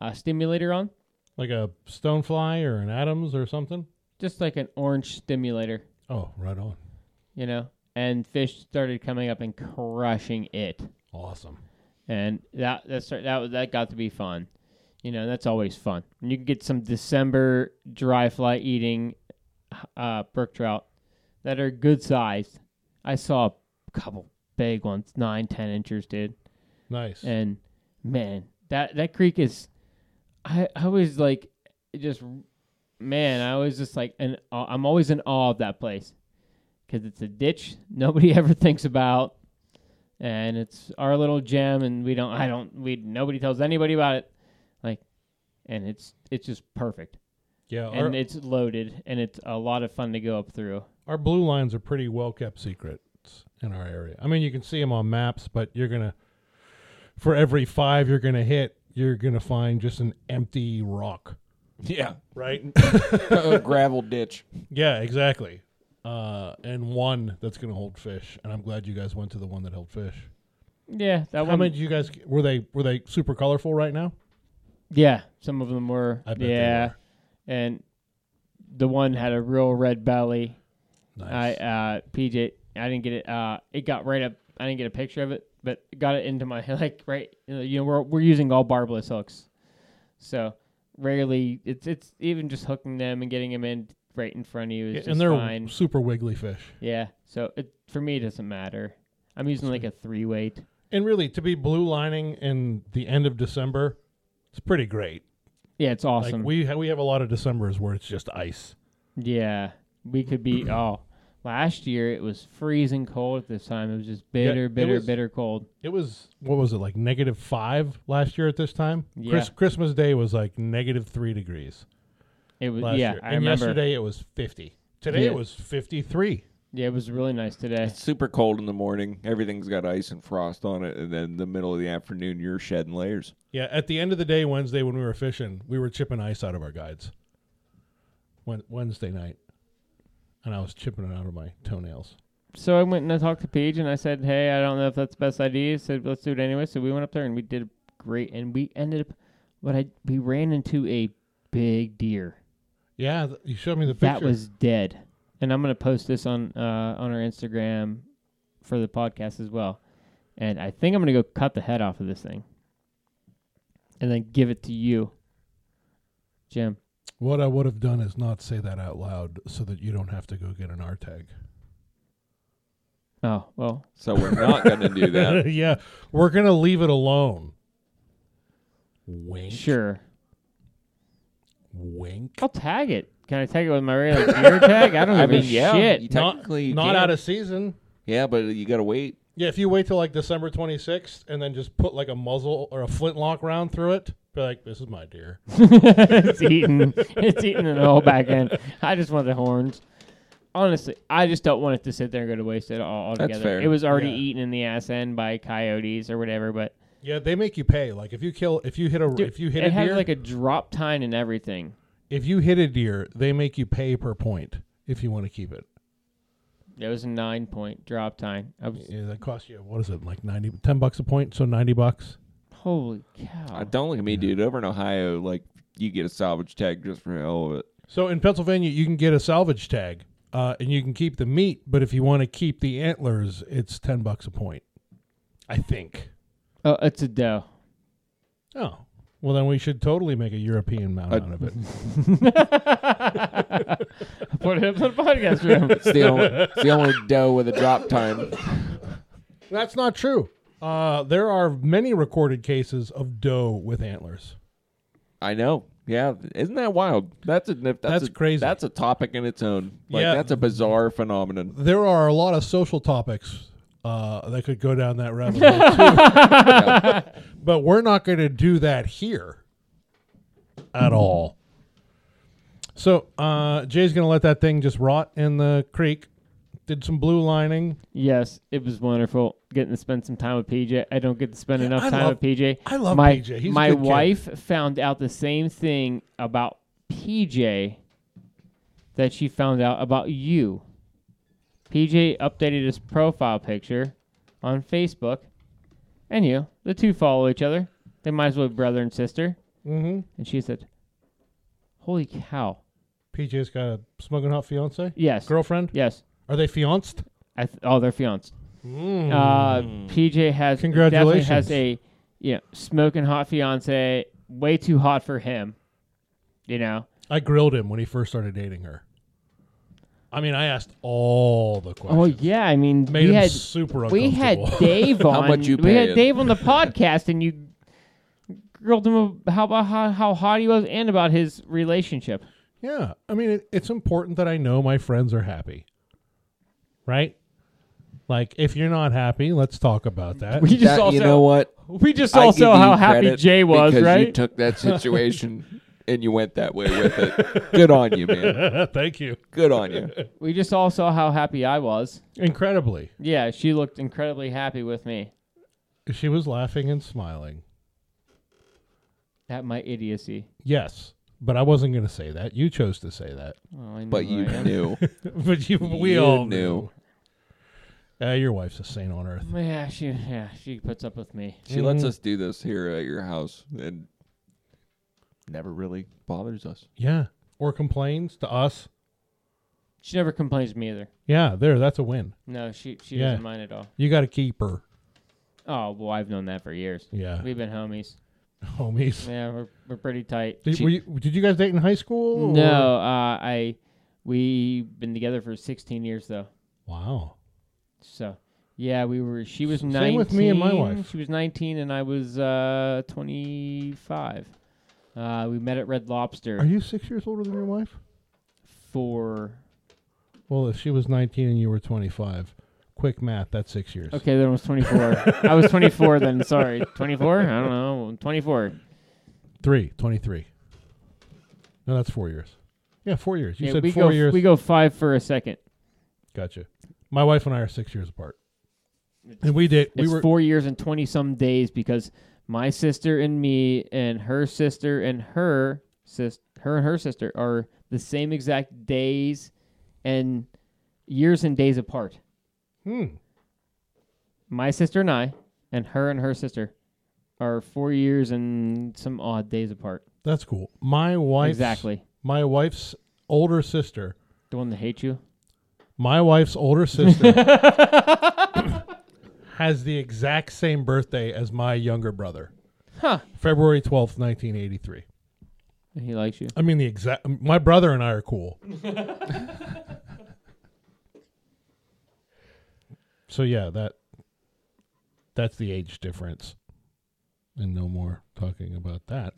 uh, uh, stimulator on, Like a stonefly or an Adams or something. just like an orange stimulator. Oh, right on. you know, and fish started coming up and crushing it, Awesome. and that that start, that was- that got to be fun, you know. That's always fun. And you can get some December dry fly eating uh, brook trout that are good sized. I saw a couple big ones, nine, ten inches, dude. Nice. And man, that that creek is, I I was like, just man, I was just like, and I'm always in awe of that place, because it's a ditch nobody ever thinks about, and it's our little gem, and we don't, I don't, we nobody tells anybody about it, like, and it's it's just perfect, yeah, our, and it's loaded, and it's a lot of fun to go up through. our blue lines are pretty well kept secrets in our area. I mean, you can see them on maps, but you're gonna for every five you're gonna hit, you're gonna find just an empty rock, Yeah, right? gravel ditch. yeah, exactly. Uh, and one that's gonna hold fish. And I'm glad you guys went to the one that held fish. Yeah, that How one. many did you guys were they were they super colorful right now? Yeah, some of them were. I bet they yeah, and the one had a real red belly. Nice. I uh, PJ, I didn't get it. Uh, it got right up. I didn't get a picture of it, but got it into my like right. You know, you know, we're we're using all barbless hooks, so rarely it's it's even just hooking them and getting them in right in front of you is just and they're fine. super wiggly fish. Yeah, so it for me it doesn't matter. I'm using like a three weight. And really, to be blue lining in the end of December, it's pretty great. Yeah, it's awesome. Like we ha- we have a lot of Decembers where it's just ice. Yeah, we could be. oh, last year it was freezing cold at this time. It was just bitter, it bitter, was- bitter cold. It was what was it like negative five last year at this time? Yeah. Christmas Day was like negative three degrees It was. last Yeah, year, I and remember. yesterday it was fifty. Today Yeah. it was fifty three. Yeah, it was really nice today. It's super cold in the morning. Everything's got ice and frost on it, and then the middle of the afternoon, you're shedding layers. Yeah, at the end of the day Wednesday when we were fishing, we were chipping ice out of our guides. Wen- Wednesday night, and I was chipping it out of my toenails. So I went and I talked to Paige and I said, "Hey, I don't know if that's the best idea." He said, "Let's do it anyway." So we went up there and we did great, and we ended up. What I we ran into a big deer Yeah, th- you showed me the picture. that was dead, and I'm gonna post this on uh, on our Instagram for the podcast as well. And I think I'm gonna go cut the head off of this thing, and then give it to you, Jim. What I would have done is not say that out loud so that you don't have to go get an R tag. Oh well, So we're not going to do that. yeah, we're going to leave it alone. Wink. sure. Wink. I'll tag it. Can I tag it with my regular deer tag? I don't I give mean, a yeah, shit. you Not- technically you not can. out of season. Yeah, but you got to wait. Yeah, if you wait till like December 26th and then just put like a muzzle or a flintlock round through it, be like, this is my deer. it's eating. It's eating the whole back end. I just want the horns. Honestly, I just don't want it to sit there and go to waste at all altogether. fair. It was already Yeah. eaten in the ass end by coyotes or whatever, but Yeah, they make you pay. Like if you kill, if you hit a, Dude, if you hit it a had deer, like a drop time and everything. if you hit a deer, they make you pay per point if you want to keep it. It was a nine point drop time. I was Yeah, that costs you what is it like 90, 10 bucks a point? So ninety bucks. holy cow. Uh, don't look at me, dude. Over in Ohio, like you get a salvage tag just for the hell of it. So in Pennsylvania, you can get a salvage tag, uh, and you can keep the meat. But if you want to keep the antlers, it's ten bucks a point, I think. oh, it's a doe. Oh, well then we should totally make a European mount Uh, out of it. I put it up in the podcast room. It's the only, it's the only dough with a drop time. That's not true. Uh, there are many recorded cases of doe with antlers. I know. Yeah, isn't that wild? That's a that's, That's a, crazy. That's a topic in its own. Like Yeah. that's a bizarre phenomenon. There are a lot of social topics uh, that could go down that rabbit hole, too. but we're not going to do that here at all. So uh, Jay's going to let that thing just rot in the creek. Did some blue lining. Yes, it was wonderful getting to spend some time with PJ. I don't get to spend enough I time love- with PJ. I love my, PJ. He's a my good kid. wife found out the same thing about PJ that she found out about you. PJ updated his profile picture on Facebook, and you, the two follow each other. They might as well be brother and sister. Mm-hmm. And she said, "Holy cow! PJ's got a smoking hot fiance, Yes, girlfriend. yes, Are they fianced? I th- oh, they're fianced. Mm. Uh, PJ has Congratulations. Definitely has a you know smoking hot fiance, way too hot for him. You know, I grilled him when he first started dating her. I mean, I asked all the questions. Oh yeah, I mean Made him we had super we uncomfortable. had Dave on. much you we had paying? Dave on the podcast, and you grilled him ab- how about how, how hot he was and about his relationship. yeah. I mean, it, it's important that I know my friends are happy. Right? Like, if you're not happy, let's talk about that. We just That- also you know what? we just I also give you how happy credit Jay was, because right? You took that situation and you went that way with it. Good on you, man. Thank you. Good on you. we just all saw how happy I was. Incredibly. Yeah, she looked incredibly happy with me. She was laughing and smiling. That my idiocy. Yes. But I wasn't going to say that. You chose to say that. Oh, I know But who you I am. knew. but you, we You all knew. knew. Uh, your wife's a saint on earth. Yeah, she yeah she puts up with me. She lets Mhm. us do this here at your house and never really bothers us. Yeah. Or complains to us. She never complains to me either. Yeah, there. That's a win. No, she she Yeah. doesn't mind at all. You got to keep her. Oh well, I've known that for years. Yeah, We've been homies. homies. Yeah, we're we're pretty tight. Did, She- were you, did you guys date in high school? or- No, uh, I we been together for 16 years though. Wow. So yeah, we were. She was Same 19. with me and my wife. She was 19 and I was uh, 25. Uh, we met at Red Lobster Are you six years older than your wife? for. Well, if she was 19 and you were 25, quick math, that's six years. Okay, then I was 24. I was 24 then. Sorry, 24. I don't know. 24. Three, 23. No, that's four years. Yeah, four years. You yeah, said we four go. years. We go five for a second. Gotcha. My wife and I are six years apart. And we did. We it's were. four years and 20 some days because my sister and me and her sister and her sister her and her sister are the same exact days and years and days apart Hmm. my sister and i and her and her sister are four years and some odd days apart That's cool. My wife's, exactly My wife's older sister. the one that hates you My wife's older sister has the exact same birthday as my younger brother. Huh. February 12th, 1983. and he likes you I mean, the exact. My brother and I are cool. so yeah, that that's the age difference, and no more talking about that.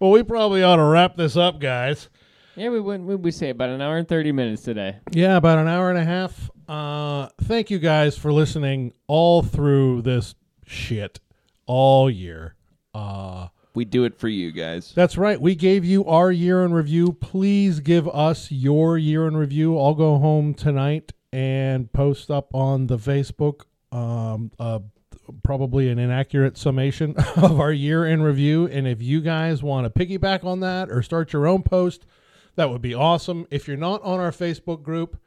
well, we probably ought to wrap this up, guys. yeah we went we, we say about an hour and 30 minutes today Yeah, about an hour and a half. Uh, thank you guys for listening all through this shit all year. Uh, We do it for you guys. That's right. We gave you our year in review. Please give us your year in review. I'll go home tonight and post up on the Facebook um, uh, probably an inaccurate summation of our year in review. And if you guys want to piggyback on that or start your own post, that would be awesome. If you're not on our Facebook group,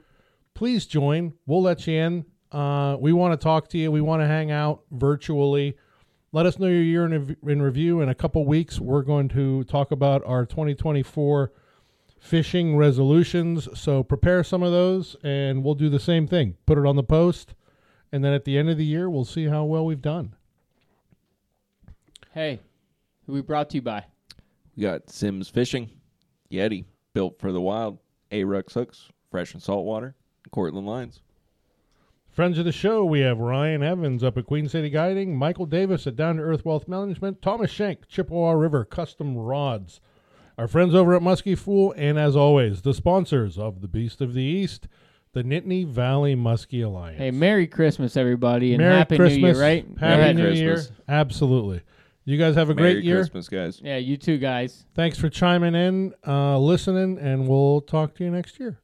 please join. We'll let you in. Uh, we want to talk to you. We want to hang out virtually. Let us know your year in, in review. In a couple weeks, we're going to talk about our 2024 fishing resolutions. So prepare some of those, and we'll do the same thing. Put it on the post, and then at the end of the year, we'll see how well we've done. hey who we brought to you by We got Sims Fishing, Yeti, built for the wild, A-Rex hooks, fresh and salt water, Cortland lines. Friends of the show, we have Ryan Evans up at Queen City Guiding, Michael Davis at Down to Earth Wealth Management, Thomas Shank, Chippewa River Custom Rods, our friends over at Muskie Fool, and as always, the sponsors of the Beast of the East, the Nittany Valley Muskie Alliance. hey merry christmas everybody and Merry happy Christmas, new year right Happy Merry New Christmas. Year. Absolutely. You guys have a Merry great year. Christmas, guys. Yeah, you too, guys. Thanks for chiming in, uh, listening, and we'll talk to you next year.